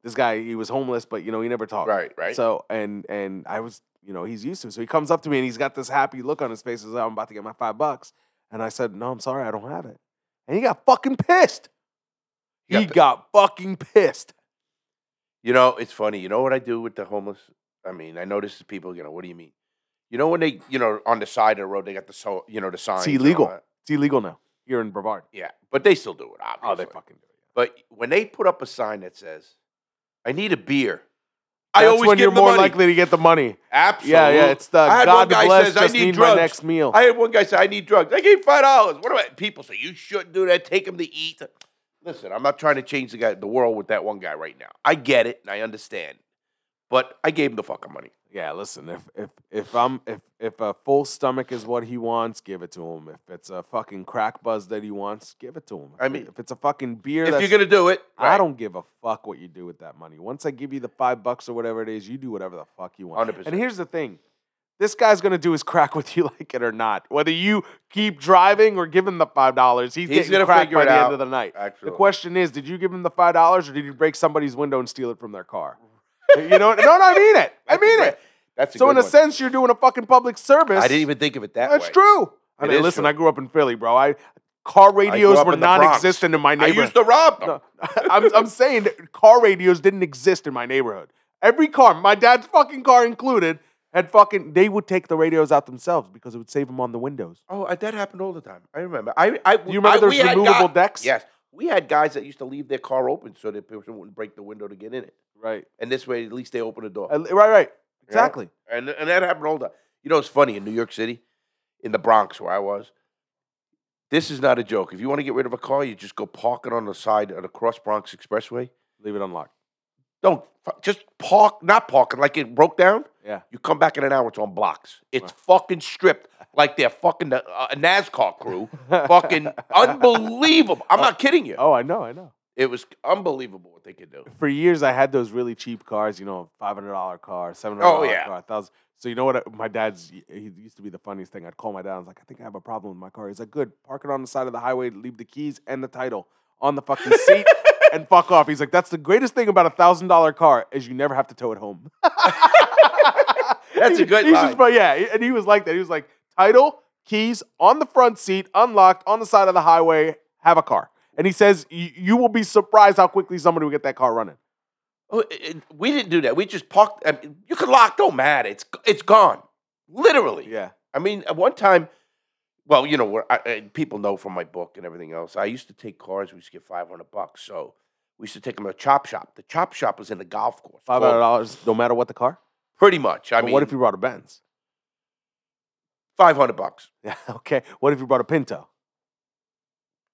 B: this guy he was homeless but you know he never talked
A: Right, right.
B: so and and i was you know he's used to it so he comes up to me and he's got this happy look on his face as though i'm about to get my five bucks and i said no i'm sorry i don't have it and he got fucking pissed
A: He got
B: he
A: pi-
B: got fucking pissed
A: you know, it's funny. You know what I do with the homeless? I mean, I know this is people. You know, what do you mean? You know when they, you know, on the side of the road, they got the so, you know, the sign.
B: illegal. it's illegal now here in brevard
A: Yeah, but they still do it. Obviously.
B: oh they fucking do it
A: But when they put up a sign that says, "I need a beer," I
B: That's
A: always
B: when
A: give
B: you're
A: them the
B: more
A: money.
B: likely to get the money.
A: Absolutely.
B: Yeah, yeah. It's the
A: I had
B: God
A: one guy
B: bless.
A: says,
B: just
A: I need,
B: need
A: drugs.
B: my next meal.
A: I had one guy say, I need drugs. I gave five dollars. What about people say you shouldn't do that? Take him to eat. Listen, I'm not trying to change the guy, the world with that one guy right now. I get it and I understand, but I gave him the fucking money.
B: Yeah, listen, if if if I'm if if a full stomach is what he wants, give it to him. If it's a fucking crack buzz that he wants, give it to him.
A: I mean,
B: if it's a fucking beer,
A: if
B: that's,
A: you're gonna do it,
B: I
A: right.
B: don't give a fuck what you do with that money. Once I give you the five bucks or whatever it is, you do whatever the fuck you want.
A: 100%.
B: And here's the thing. This guy's gonna do his crack with you like it or not. Whether you keep driving or give him the five dollars, he's,
A: He's
B: getting
A: gonna
B: crack
A: figure
B: by
A: it
B: the
A: out.
B: end of the night.
A: Actually,
B: The question is, did you give him the five dollars or did you break somebody's window and steal it from their car? you know, what- no, no, I mean it. I
A: That's a
B: mean
A: great-
B: it.
A: That's a
B: So
A: good
B: in a
A: one.
B: sense, you're doing a fucking public service.
A: I didn't even think of it that
B: That's
A: way.
B: true. I
A: It
B: mean,
A: is
B: listen,
A: true.
B: I grew up in Philly, bro. I car radios
A: up
B: were
A: in the Bronx.
B: non-existent in my
A: I
B: neighborhood.
A: used to rob them.
B: No, I'm, I'm saying that car radios didn't exist in my neighborhood. Every car, my dad's fucking car included, had fucking. They would take the radios out themselves because it would save them on the windows.
A: Oh, uh, that happened all the time. I remember. I, I
B: Do you remember
A: I,
B: those
A: we had
B: removable
A: guy-
B: decks?
A: Yes, we had guys that used to leave their car open so that people wouldn't break the window to get in it.
B: Right.
A: And this way, at least they open the door.
B: Uh, Right. Right. Exactly.
A: And and that happened all the time. You know, it's funny in New York City, in the Bronx where I was. This is not a joke. If you want to get rid of a car, you just go park it on the side of the Cross Bronx Expressway.
B: Leave it unlocked.
A: Don't fu- just park, not parking like it broke down.
B: Yeah.
A: You come back in an hour, it's on blocks. It's fucking stripped like they're fucking the uh, NASCAR crew. fucking unbelievable. I'm not kidding you.
B: Oh, I know. I know.
A: It was unbelievable what they could do.
B: For years, I had those really cheap cars, you know, five hundred dollar car, seven hundred dollar
A: yeah.
B: car, thousand. So you know what? I- My dad's he he used to be the funniest thing. I'd call my dad. I was like, I think I have a problem with my car. He's like, Good, park it on the side of the highway. Leave the keys and the title on the fucking seat and fuck off. He's like, That's the greatest thing about a thousand dollar car is you never have to tow it home.
A: That's a good
B: He's
A: line.
B: just fu- yeah, he- and he was like that. He was like, Title, keys on the front seat, unlocked on the side of the highway. Have a car. And he says, "You- You will be surprised how quickly somebody will get that car running.
A: Oh, it- it- we didn't do that. We just parked. I mean, you could lock. Don't matter. It's it's gone. Literally.
B: Yeah.
A: I mean, at one time, well, you know, where I, I, people know from my book and everything else. I used to take cars. We used to get five hundred bucks. So we used to take them to a chop shop. The chop shop was in the golf course.
B: Five
A: called-
B: hundred dollars, no matter what the car.
A: Pretty much. I
B: But
A: mean,
B: what if you brought a Benz?
A: five hundred bucks,
B: Yeah, okay. What if you brought a Pinto?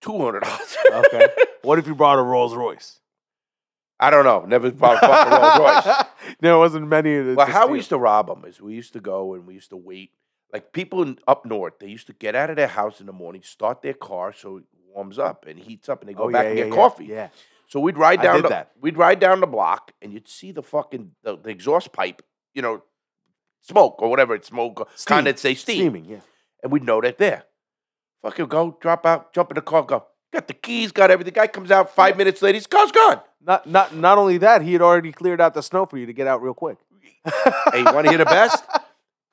A: two hundred dollars.
B: Okay. what if you brought a Rolls Royce?
A: I don't know. Never bought a fucking Rolls Royce.
B: there wasn't many. To,
A: Well,
B: to
A: how we used
B: steal.
A: to rob them is we used to go and we used to wait. Like people in, up north, they used to get out of their house in the morning, start their car so it warms up and heats up, and they go
B: Oh,
A: back
B: yeah,
A: and
B: yeah,
A: get
B: yeah,
A: coffee.
B: Yeah.
A: So we'd ride
B: I
A: down
B: did
A: the,
B: that.
A: we'd ride down the block, and you'd see the fucking the, the exhaust pipe, you know, smoke or whatever it's smoke, or
B: Steam.
A: condensate steam,
B: Steaming. Yeah.
A: and we'd know that there. Fucking go, drop out, jump in the car, go. Got the keys, got everything. Guy comes out five minutes later, his car's gone.
B: Not not not only that, he had already cleared out the snow for you to get out real quick.
A: hey, you want to hear the best?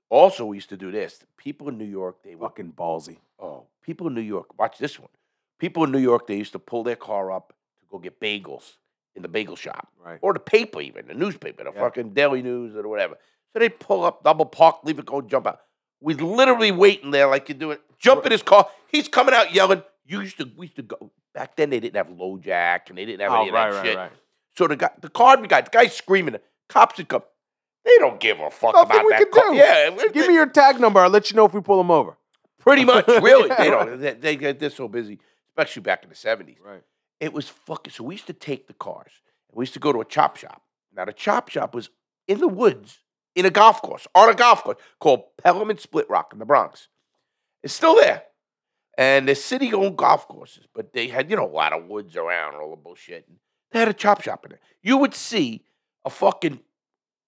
A: Also, we used to do this. People in New York, they would
B: Fucking ballsy.
A: Oh, people in New York, watch this one. People in New York, they used to pull their car up to go get bagels in the bagel shop
B: Right.
A: or the paper, even the newspaper, the
B: Yeah.
A: fucking Daily News or whatever. So they pull up, double park, leave it, go jump out. We literally waiting there like you do it. Jump in his car. He's coming out yelling. You used to, we used to go back then. They didn't have low jack and they didn't have any of
B: Oh, right,
A: that
B: right,
A: shit.
B: right.
A: So the guy, the card guy, the guy's screaming. Cops would come. They don't give a fuck
B: Nothing
A: about
B: we
A: that.
B: can
A: car.
B: do.
A: Yeah,
B: Give me your tag number. I'll let you know if we pull him over.
A: Pretty much, really.
B: Yeah,
A: they don't. They, they get this so busy, especially back in the seventies.
B: Right.
A: It was fucking. So we used to take the cars. and We used to go to a chop shop. Now the chop shop was in the woods, in a golf course, on a golf course called Pelham and Split Rock in the Bronx. It's still there, and the city owned golf courses, but they had you know a lot of woods around all the bullshit. They had a chop shop in there. You would see a fucking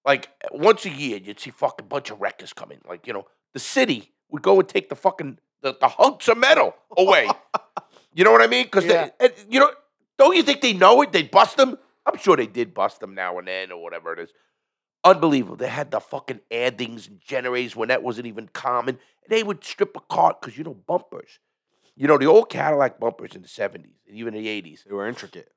A: like once a year you'd see fucking bunch of wreckers coming. Like you know the city would go and take the fucking the, the hunks of metal away. you know what I mean? Because
B: Yeah.
A: you know don't you think they know it? They bust them. I'm sure they did bust them now and then or whatever it is. Unbelievable. They had the fucking addings and generators when that wasn't even common. They would strip a cart because you know bumpers. You know the old Cadillac bumpers in the 70s and even the 80s.
B: They were intricate.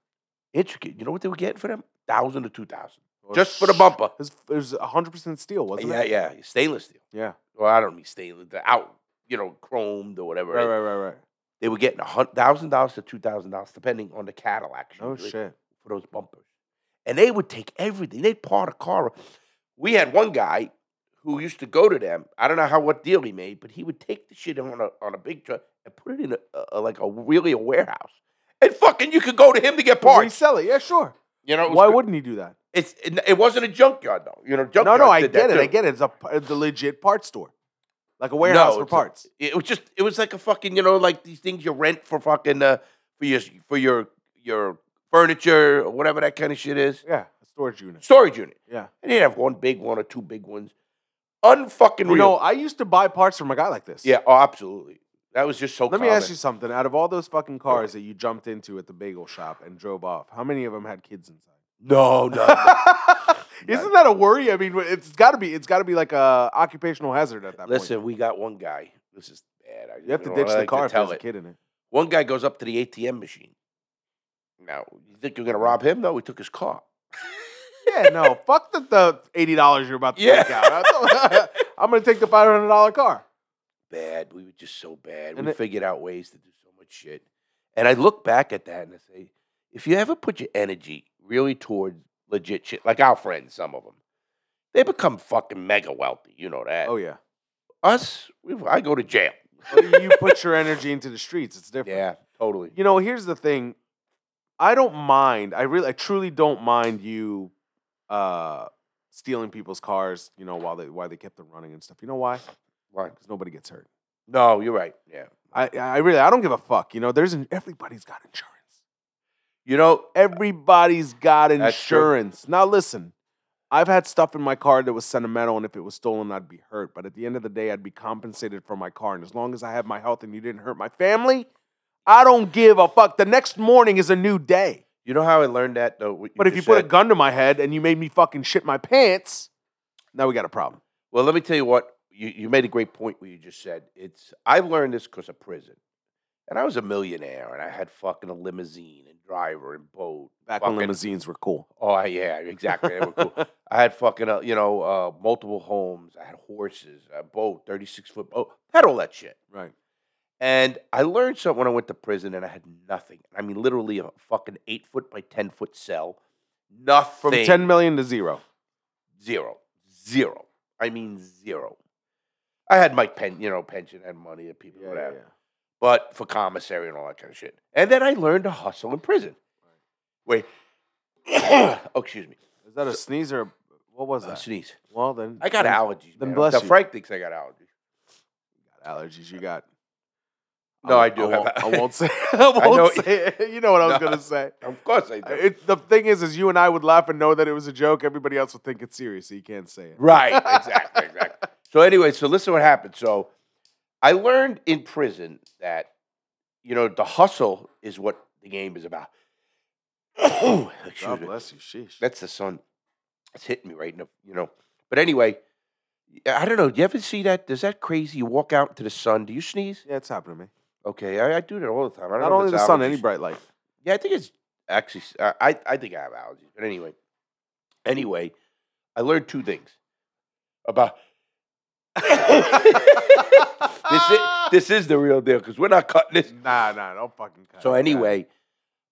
A: Intricate. You know what they were getting for them? Thousand to two thousand,
B: Or
A: just for the
B: Oh, sh-
A: bumper.
B: It was- it was hundred percent steel, wasn't
A: Yeah,
B: it?
A: yeah, stainless steel.
B: Yeah.
A: Well, I don't mean stainless. The out, you know, chromed or whatever.
B: Right,
A: it is.
B: right, right, right.
A: They were getting a thousand dollars to two thousand dollars, depending on the Cadillac.
B: Oh
A: usually
B: shit.
A: for those bumpers. And they would take everything. They'd part a car. We had one guy who used to go to them. I don't know how what deal he made, but he would take the shit on a on a big truck and put it in a, a like a really a warehouse. And fucking, you could go to him to get
B: Parts.
A: parts.
B: Resell it. Yeah, sure.
A: You know, it was
B: Why
A: cr-
B: wouldn't he do that?
A: it's it, it wasn't a junkyard though. You know, junkyard.
B: no, no, I get it. I get it. It's a, p- a legit parts store, like a warehouse for
A: it's a-
B: parts.
A: It was just it was like a fucking you know like these things you rent for fucking uh, for your for your your furniture or whatever that kind of shit is.
B: yeah, a storage unit.
A: Storage unit.
B: Yeah.
A: And he'd have one big one or two big ones. Unfucking
B: You
A: real.
B: know, I used to buy parts from a guy like this.
A: yeah, oh, absolutely. That was just so.
B: Let me
A: common.
B: ask you something. Out of all those fucking cars that you jumped into at the bagel shop and drove off, how many of them had kids inside?
A: No, no, no.
B: Isn't that a worry? I mean, wh- it's got to be. It's got to be like a occupational hazard at that
A: Listen, we got one guy. This is bad. I
B: point. You have to
A: don't
B: ditch the
A: like
B: car if
A: tell
B: there's a
A: it.
B: kid in it.
A: One guy goes up to the ATM machine. Now, you think you're gonna rob him? No, we took his car.
B: Yeah, no, fuck the, the eighty dollars you're about to
A: Yeah.
B: take out. I'm gonna take the five hundred dollar car.
A: Bad. We were just so bad.
B: And
A: we
B: it-
A: figured out ways to do so much shit. And I look back at that and I say, if you ever put your energy really towards legit shit, like our friends, some of them, they become fucking mega wealthy. You know that.
B: Oh yeah.
A: Us, we, I go to jail.
B: Well, you put your energy into the streets. It's different.
A: Yeah, totally.
B: You know, here's the thing. I don't mind. I really, I truly don't mind you uh, stealing people's cars. You know, while they while they kept them running and stuff. You know why?
A: Right.
B: Because nobody gets hurt.
A: No, you're right. Yeah.
B: I I really I don't give a fuck. You know, there's an, everybody's got insurance.
A: You know,
B: Everybody's got
A: That's true.
B: insurance. Now listen, I've had stuff in my car that was sentimental, and if it was stolen, I'd be hurt. But at the end of the day, I'd be compensated for my car. And as long as I have my health and you didn't hurt my family, I don't give a fuck. The next morning is a new day.
A: you know how I learned that though. what
B: But if you
A: just
B: put a
A: said?
B: gun to my head and you made me fucking shit my pants, now we got a problem.
A: Well, let me tell you what you, you made a great point. What you just said. It's I've learned this because of prison, and I was a millionaire, and I had fucking a limousine and driver and boat.
B: Back
A: Fucking-
B: when limousines were cool.
A: Oh yeah, exactly. They were cool. I had fucking uh, you know uh, multiple homes. I had horses, a boat, thirty six foot boat. Had all that shit.
B: Right.
A: And I learned something when I went to prison, and I had nothing. I mean, literally a fucking eight foot by ten foot cell. Nothing
B: From 10 million to zero.
A: zero, zero. I mean zero. I had my pen, you know, pension and money and people whatever, but for commissary and all that kind of shit. And then I learned to hustle in prison. Wait, oh excuse me,
B: Is that a sneeze or what was
A: Uh,
B: that?
A: sneeze.
B: Well, then
A: I got
B: then
A: allergies.
B: then
A: man.
B: bless
A: Now,
B: you.
A: Frank thinks I got allergies.
B: allergies. You got.
A: No, I
B: won't-
A: do have
B: won't, I
A: allergies.
B: won't say. I won't
A: know-
B: say. It. You know what I was
A: No.
B: gonna say.
A: Of course I do.
B: It, the thing is, is you and I would laugh and know that it was a joke. Everybody else would think it's serious, so you can't say it.
A: Right, exactly, exactly. So anyway, so listen what happened. So I learned in prison that you know the hustle is what the game is about. Excuse
B: God
A: me.
B: bless you. Sheesh.
A: That's the sun. It's hitting me right now, you know. But anyway, I don't know. Do you ever see that? Does that crazy? You walk out into the sun. Do you sneeze?
B: yeah, it's happened to me.
A: Okay, I, I do that all the time. I don't
B: Not
A: know if
B: only
A: it's
B: the sun,
A: allergies.
B: any bright light.
A: Yeah, I think it's actually. s- I I- I think I have allergies, but anyway, anyway, I learned two things about. this is, this is the real deal because we're not cutting this.
B: Nah, nah, don't fucking cut.
A: So
B: it.
A: anyway,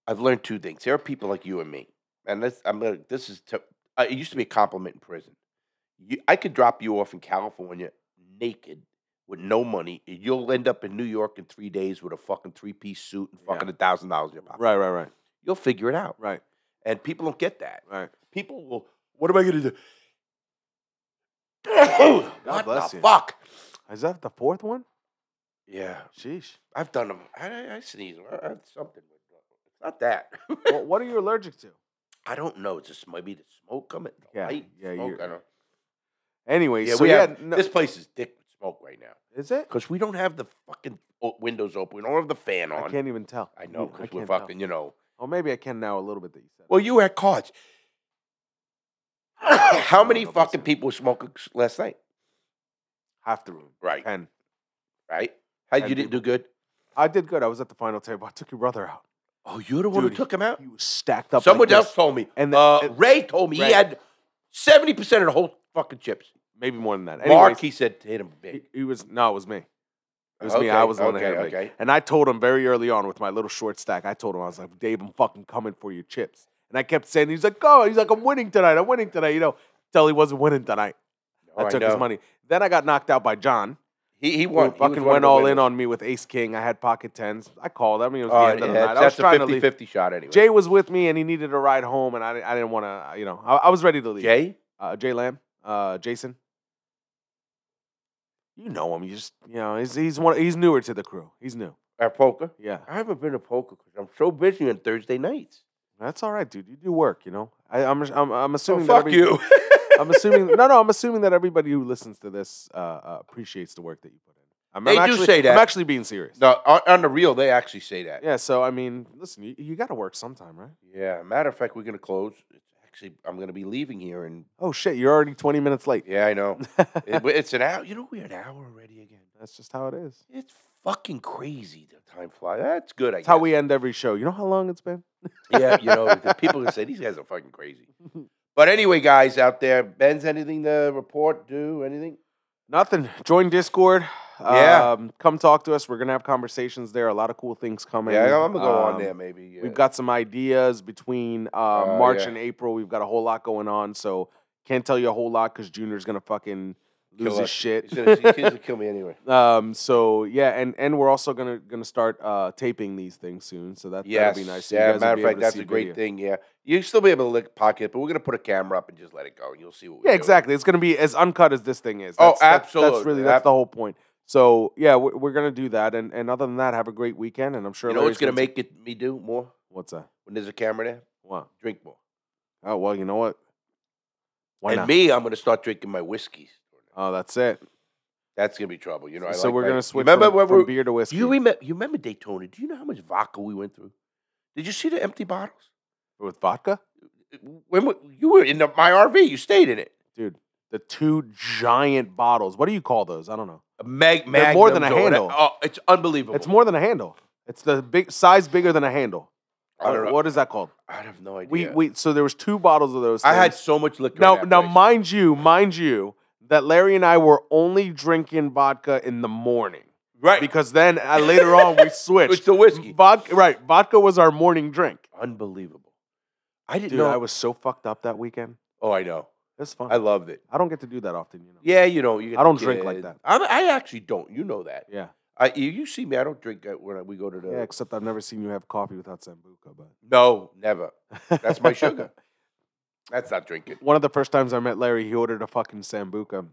A: I've learned two things. There are people like you and me, and this I'm gonna, this is to, uh, it used to be a compliment in prison. You, I could drop you off in California naked with no money. and You'll end up in New York in three days with a fucking three piece suit and
B: Yeah.
A: fucking a thousand dollars in your pocket.
B: right, right, right,
A: You'll figure it out.
B: right,
A: And people don't get that.
B: right.
A: People will. What am I gonna do? what
B: bless
A: the
B: you.
A: fuck?
B: Is that the fourth one?
A: Yeah,
B: Sheesh.
A: I've done them. I, I- I sneeze. I, I, something. It's not that.
B: well, what are you allergic to?
A: I don't know. It's just maybe the smoke coming. The
B: Yeah,
A: light,
B: yeah,
A: smoke,
B: you're-
A: I don't.
B: Anyway,
A: Yeah,
B: so
A: we
B: yeah,
A: have,
B: no-
A: this place is thick with smoke right now
B: is it?
A: because we don't have the fucking o- windows open. We don't have the fan
B: I
A: on.
B: can't even tell.
A: I, know
B: I
A: because we're
B: can't tell.
A: fucking. You know.
B: Oh, maybe I can now a little bit that you said.
A: Well, you had cards. How many
B: God bless
A: fucking
B: you.
A: people were smoking s- last night?
B: half the room.
A: Right,
B: Ten.
A: right. How
B: Ten
A: you didn't do good?
B: I did good. I was at the final table. I took your brother out.
A: Oh, you're the one who
B: Dude,
A: took him out.
B: He was stacked up.
A: Someone
B: like this.
A: else told me.
B: And
A: And
B: the-
A: uh,
B: and-
A: Ray told me
B: Ray.
A: he had seventy percent of the whole fucking chips.
B: maybe more than that.
A: Mark,
B: Anyways,
A: he said, hit him big.
B: he, he was no, it was me. It was me. I
A: Okay,
B: was the one that
A: okay,
B: had it.
A: okay.
B: And I told him very early on with my little short stack. I told him I was like, Dave, I'm fucking coming for your chips. And I kept saying, he's like, oh, he's like, I'm winning tonight. I'm winning tonight. You know, till he wasn't winning tonight.
A: Oh,
B: I took his
A: know.
B: money. Then I got knocked out by John.
A: He, he
B: who
A: won. He was
B: fucking
A: one of
B: went
A: the
B: all
A: winners.
B: in on me with Ace King. I had pocket tens. I called. I mean, it was
A: Oh,
B: the end of the
A: yeah,
B: night. I was
A: that's
B: trying
A: a
B: to leave.
A: 50-50 shot anyway.
B: Jay was with me and he needed a ride home, and I, I didn't want to, you know, I, I was ready to leave.
A: Jay?
B: uh, Jay Lamb, uh, Jason. You know him. You just you know he's he's one he's newer to the crew. He's new.
A: At uh, poker?
B: Yeah,
A: I haven't been to poker because I'm so busy on Thursday nights.
B: that's all right, dude. You do work, you know. I, I'm I'm I'm
A: So
B: assuming. that
A: Oh, fuck
B: every-
A: you.
B: I'm assuming no no. I'm assuming that everybody who listens to this uh, uh, appreciates the work that you put in. I'm,
A: They
B: I'm
A: do
B: actually,
A: say
B: I'm
A: that.
B: actually being serious.
A: no, on, on the real, they actually say that.
B: Yeah. So I mean, listen, you, you got to work sometime, right?
A: Yeah, Matter of fact, we're going to close. It's actually, I'm going to be leaving here. and
B: Oh shit, you're already 20 minutes late.
A: Yeah, I know. It- it's an hour. You know, we're an hour already again.
B: That's just how it is.
A: It's fucking crazy. The time flies. That's good, I
B: That's how
A: guess.
B: we end every show. You know how long it's been?
A: yeah, you know, the people can say these guys are fucking crazy. But anyway, guys out there, Ben's anything to report, do anything?
B: Nothing. Join Discord.
A: Yeah.
B: Um, come talk to us. We're gonna have conversations there. A lot of cool things coming.
A: yeah, I'm gonna go on
B: Um,
A: there maybe.
B: We've got some ideas between uh,
A: Oh,
B: March
A: yeah.
B: and April. We've got a whole lot going on, so can't tell you a whole lot because Junior's gonna fucking lose
A: Kill
B: his
A: us.
B: shit.
A: He's gonna, he's gonna kill me anyway.
B: um. So yeah, and and we're also gonna gonna start uh, taping these things soon. So that
A: Yes,
B: that'll be nice. So you
A: Yeah,
B: guys will
A: matter
B: be
A: of
B: able
A: fact,
B: to
A: that's
B: see
A: a great
B: video.
A: thing. Yeah, you still be able to lick pocket, but we're gonna put a camera up and just let it go, and you'll see what. we
B: Yeah,
A: do.
B: exactly. It's going to be as uncut as this thing is.
A: Oh,
B: that's- That's
A: absolutely.
B: really that's
A: Ab-
B: the whole point. So yeah, we're, we're going to do that, and, and other than that, have a great weekend, and I'm sure
A: You know what's gonna
B: Larry's gonna
A: make it me do more?
B: What's that?
A: When there's a camera there,
B: What?
A: drink more.
B: Oh well, you know what? Why
A: and
B: not?
A: me, I'm gonna start drinking my whiskeys.
B: oh, that's it.
A: That's gonna be trouble. You know. I
B: so
A: like
B: we're
A: my-
B: gonna switch
A: Remember
B: from,
A: when
B: from
A: we
B: beer to whiskey.
A: Do you remember? You remember Daytona? Do you know how much vodka we went through? Did you see the empty bottles?
B: with vodka, Uh,
A: When we, you were in the, my RV, you stayed in it.
B: dude. The two giant bottles. What do you call those? I don't know.
A: A Mag,
B: They're more than
A: Magnums
B: a
A: or whatever.
B: handle.
A: Oh, it's unbelievable.
B: It's more than a handle. It's the big size bigger than a handle.
A: I don't know.
B: What is that called?
A: I have no idea.
B: We we so there was two bottles of those.
A: I had
B: things.
A: so much liquor. in
B: now
A: that
B: now
A: place.
B: mind you mind you that Larry and I were only drinking vodka in the morning
A: right
B: because then uh, later on we
A: it's
B: switched.
A: the whiskey.
B: Vodka right? Vodka was our morning drink.
A: Unbelievable. I didn't
B: Dude,
A: know.
B: I was so fucked up that weekend.
A: oh, I know.
B: It's fun.
A: I
B: I,
A: loved it.
B: don't get to do that often, you know.
A: Yeah, you know. You get
B: I
A: the
B: don't drink like
A: kids.
B: that.
A: I'm, I actually don't. You know that.
B: Yeah.
A: I, you, you see me. I don't drink uh, when we go to the.
B: Yeah, except I've never seen you have coffee without Sambuca, but
A: No, never. That's my sugar. That's not drinking.
B: One of the first times I met Larry, he ordered a fucking Sambuca.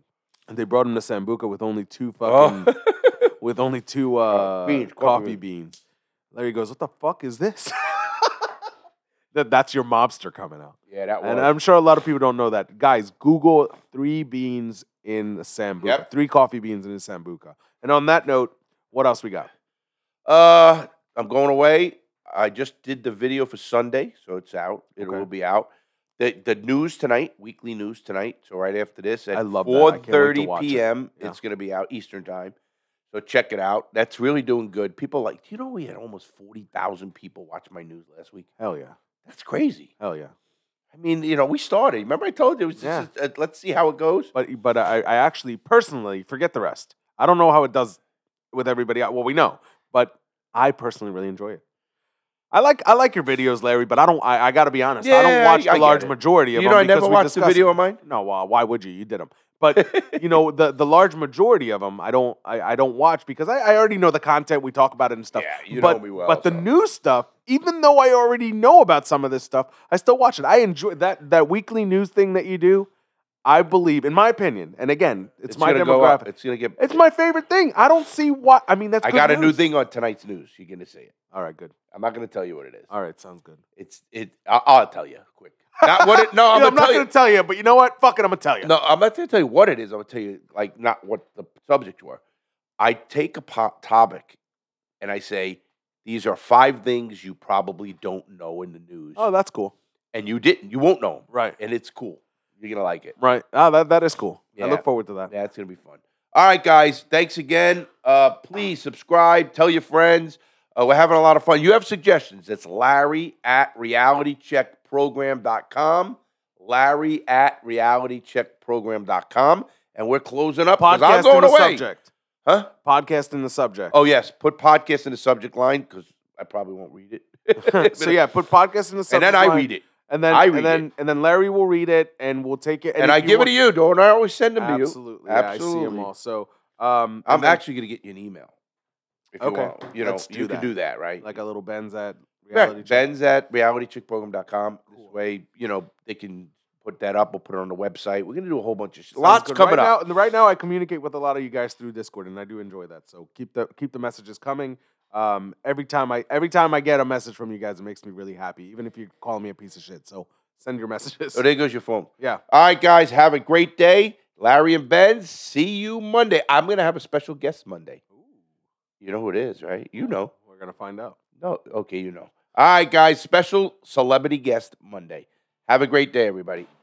B: And they brought him to Sambuca with only two fucking
A: Oh.
B: with only two uh,
A: beans,
B: coffee
A: coffee
B: beans. Larry goes, "What the fuck is this?" that that's your mobster coming out.
A: yeah, that was.
B: And I'm sure a lot of people don't know that. Guys, Google three beans in a sambuca,
A: Yep.
B: three coffee beans in a sambuca. And on that note, what else we got?
A: Uh, I'm going away. I just did the video for Sunday, so it's out. It
B: Okay.
A: will be out. The the news tonight, weekly news tonight. So right after this at
B: I love that. I can't wait to
A: 4:30
B: watch it.
A: p.m.
B: Yeah.
A: It's going to be out Eastern time. So check it out. That's really doing good. People like, do you know we had almost 40,000 people watch my news last week?
B: Hell yeah,
A: That's crazy.
B: hell yeah.
A: I mean, you know, we started. Remember I told you it was
B: Yeah.
A: just, uh, let's see how it goes.
B: But but I, I actually personally forget the rest. I don't know how it does with everybody. else. Well, we know, but I personally really enjoy it. I like I like your videos, Larry, but I don't. I, I got to be honest. I
A: Yeah,
B: don't
A: I-
B: watch
A: I
B: the
A: get
B: large
A: it.
B: majority of
A: You know,
B: them.
A: I
B: because
A: never
B: we
A: watched the
B: discuss
A: video
B: it.
A: of mine.
B: No, uh, why would you? You did them, but you know the the large majority of them I don't I, I don't watch because I, I already know the content we talk about it and stuff.
A: Yeah, you know
B: but,
A: me well,
B: But the
A: so.
B: new stuff, even though I already know about some of this stuff, I still watch it. I enjoy that that weekly news thing that you do. I believe, in my opinion, and again, it's, my
A: gonna go up.
B: demographic.
A: It's going to get.
B: It's my favorite thing. I don't see why. I mean, that's.
A: I
B: good
A: got a new
B: news.
A: thing on tonight's news. You're going to see it.
B: All right, good.
A: I'm not going to tell you what it is.
B: All right, sounds good.
A: It's it. I'll, I'll tell you quick. Not what it. No, I'm,
B: Yeah, I'm
A: gonna
B: not
A: tell
B: going to tell you, but you know what? Fuck it, I'm going to tell you.
A: you. No, I'm not gonna tell you what it is. I'm gonna tell you like not what the subject were. I take a po- topic, and I say these are five things you probably don't know in the news,
B: Oh, that's cool.
A: and you didn't. You won't know 'em.
B: Right.
A: and it's cool. You're gonna like it.
B: Right. Ah, that that is cool. I
A: Yeah.
B: look forward to that.
A: Yeah, it's gonna be fun. All right, guys. Thanks again. Uh, please subscribe. Tell your friends. Uh, we're having a lot of fun. You have suggestions. It's Larry at realitycheckprogram.com. Larry at realitycheckprogram.com. And we're closing up. 'cause I'm
B: Podcast
A: going
B: in the
A: away.
B: subject.
A: Huh?
B: Podcast in the subject.
A: Oh, yes. Put podcast in the subject line because I probably won't read it.
B: so yeah, put podcast in the
A: And
B: subject.
A: then I
B: line,
A: read it.
B: and then
A: I read
B: and then and then Larry will read it, and we'll take it.
A: And, I
B: if you
A: give
B: want-
A: it to you, don't I always send them to you?
B: Absolutely, yeah, I see them
A: Absolutely.
B: all. So um, and
A: I'm
B: then,
A: actually going to get you an email. If
B: Okay,
A: you want. You know,
B: let's do
A: you
B: that.
A: can do that, right?
B: like a little Ben's at
A: Yeah,
B: reality. check.
A: Ben's at realitychickprogram.com.
B: Cool.
A: This way, you know, they can put that up. We'll put it on the website. We're going to do a whole bunch of shit.
B: Sounds
A: Lots
B: good.
A: coming
B: right
A: up.
B: Now, and right now, I communicate with a lot of you guys through Discord, and I do enjoy that. So keep the keep the messages coming. Um, every time I every time I get a message from you guys, it makes me really happy. Even if you call me a piece of shit, so send your messages.
A: Oh, there goes your phone.
B: yeah,
A: All right, guys, have a great day. Larry and Ben, see you Monday. I'm going to have a special guest Monday. You know who it is, right? You know.
B: we're gonna find out.
A: No, okay, you know. All right, guys, special celebrity guest Monday. Have a great day, everybody.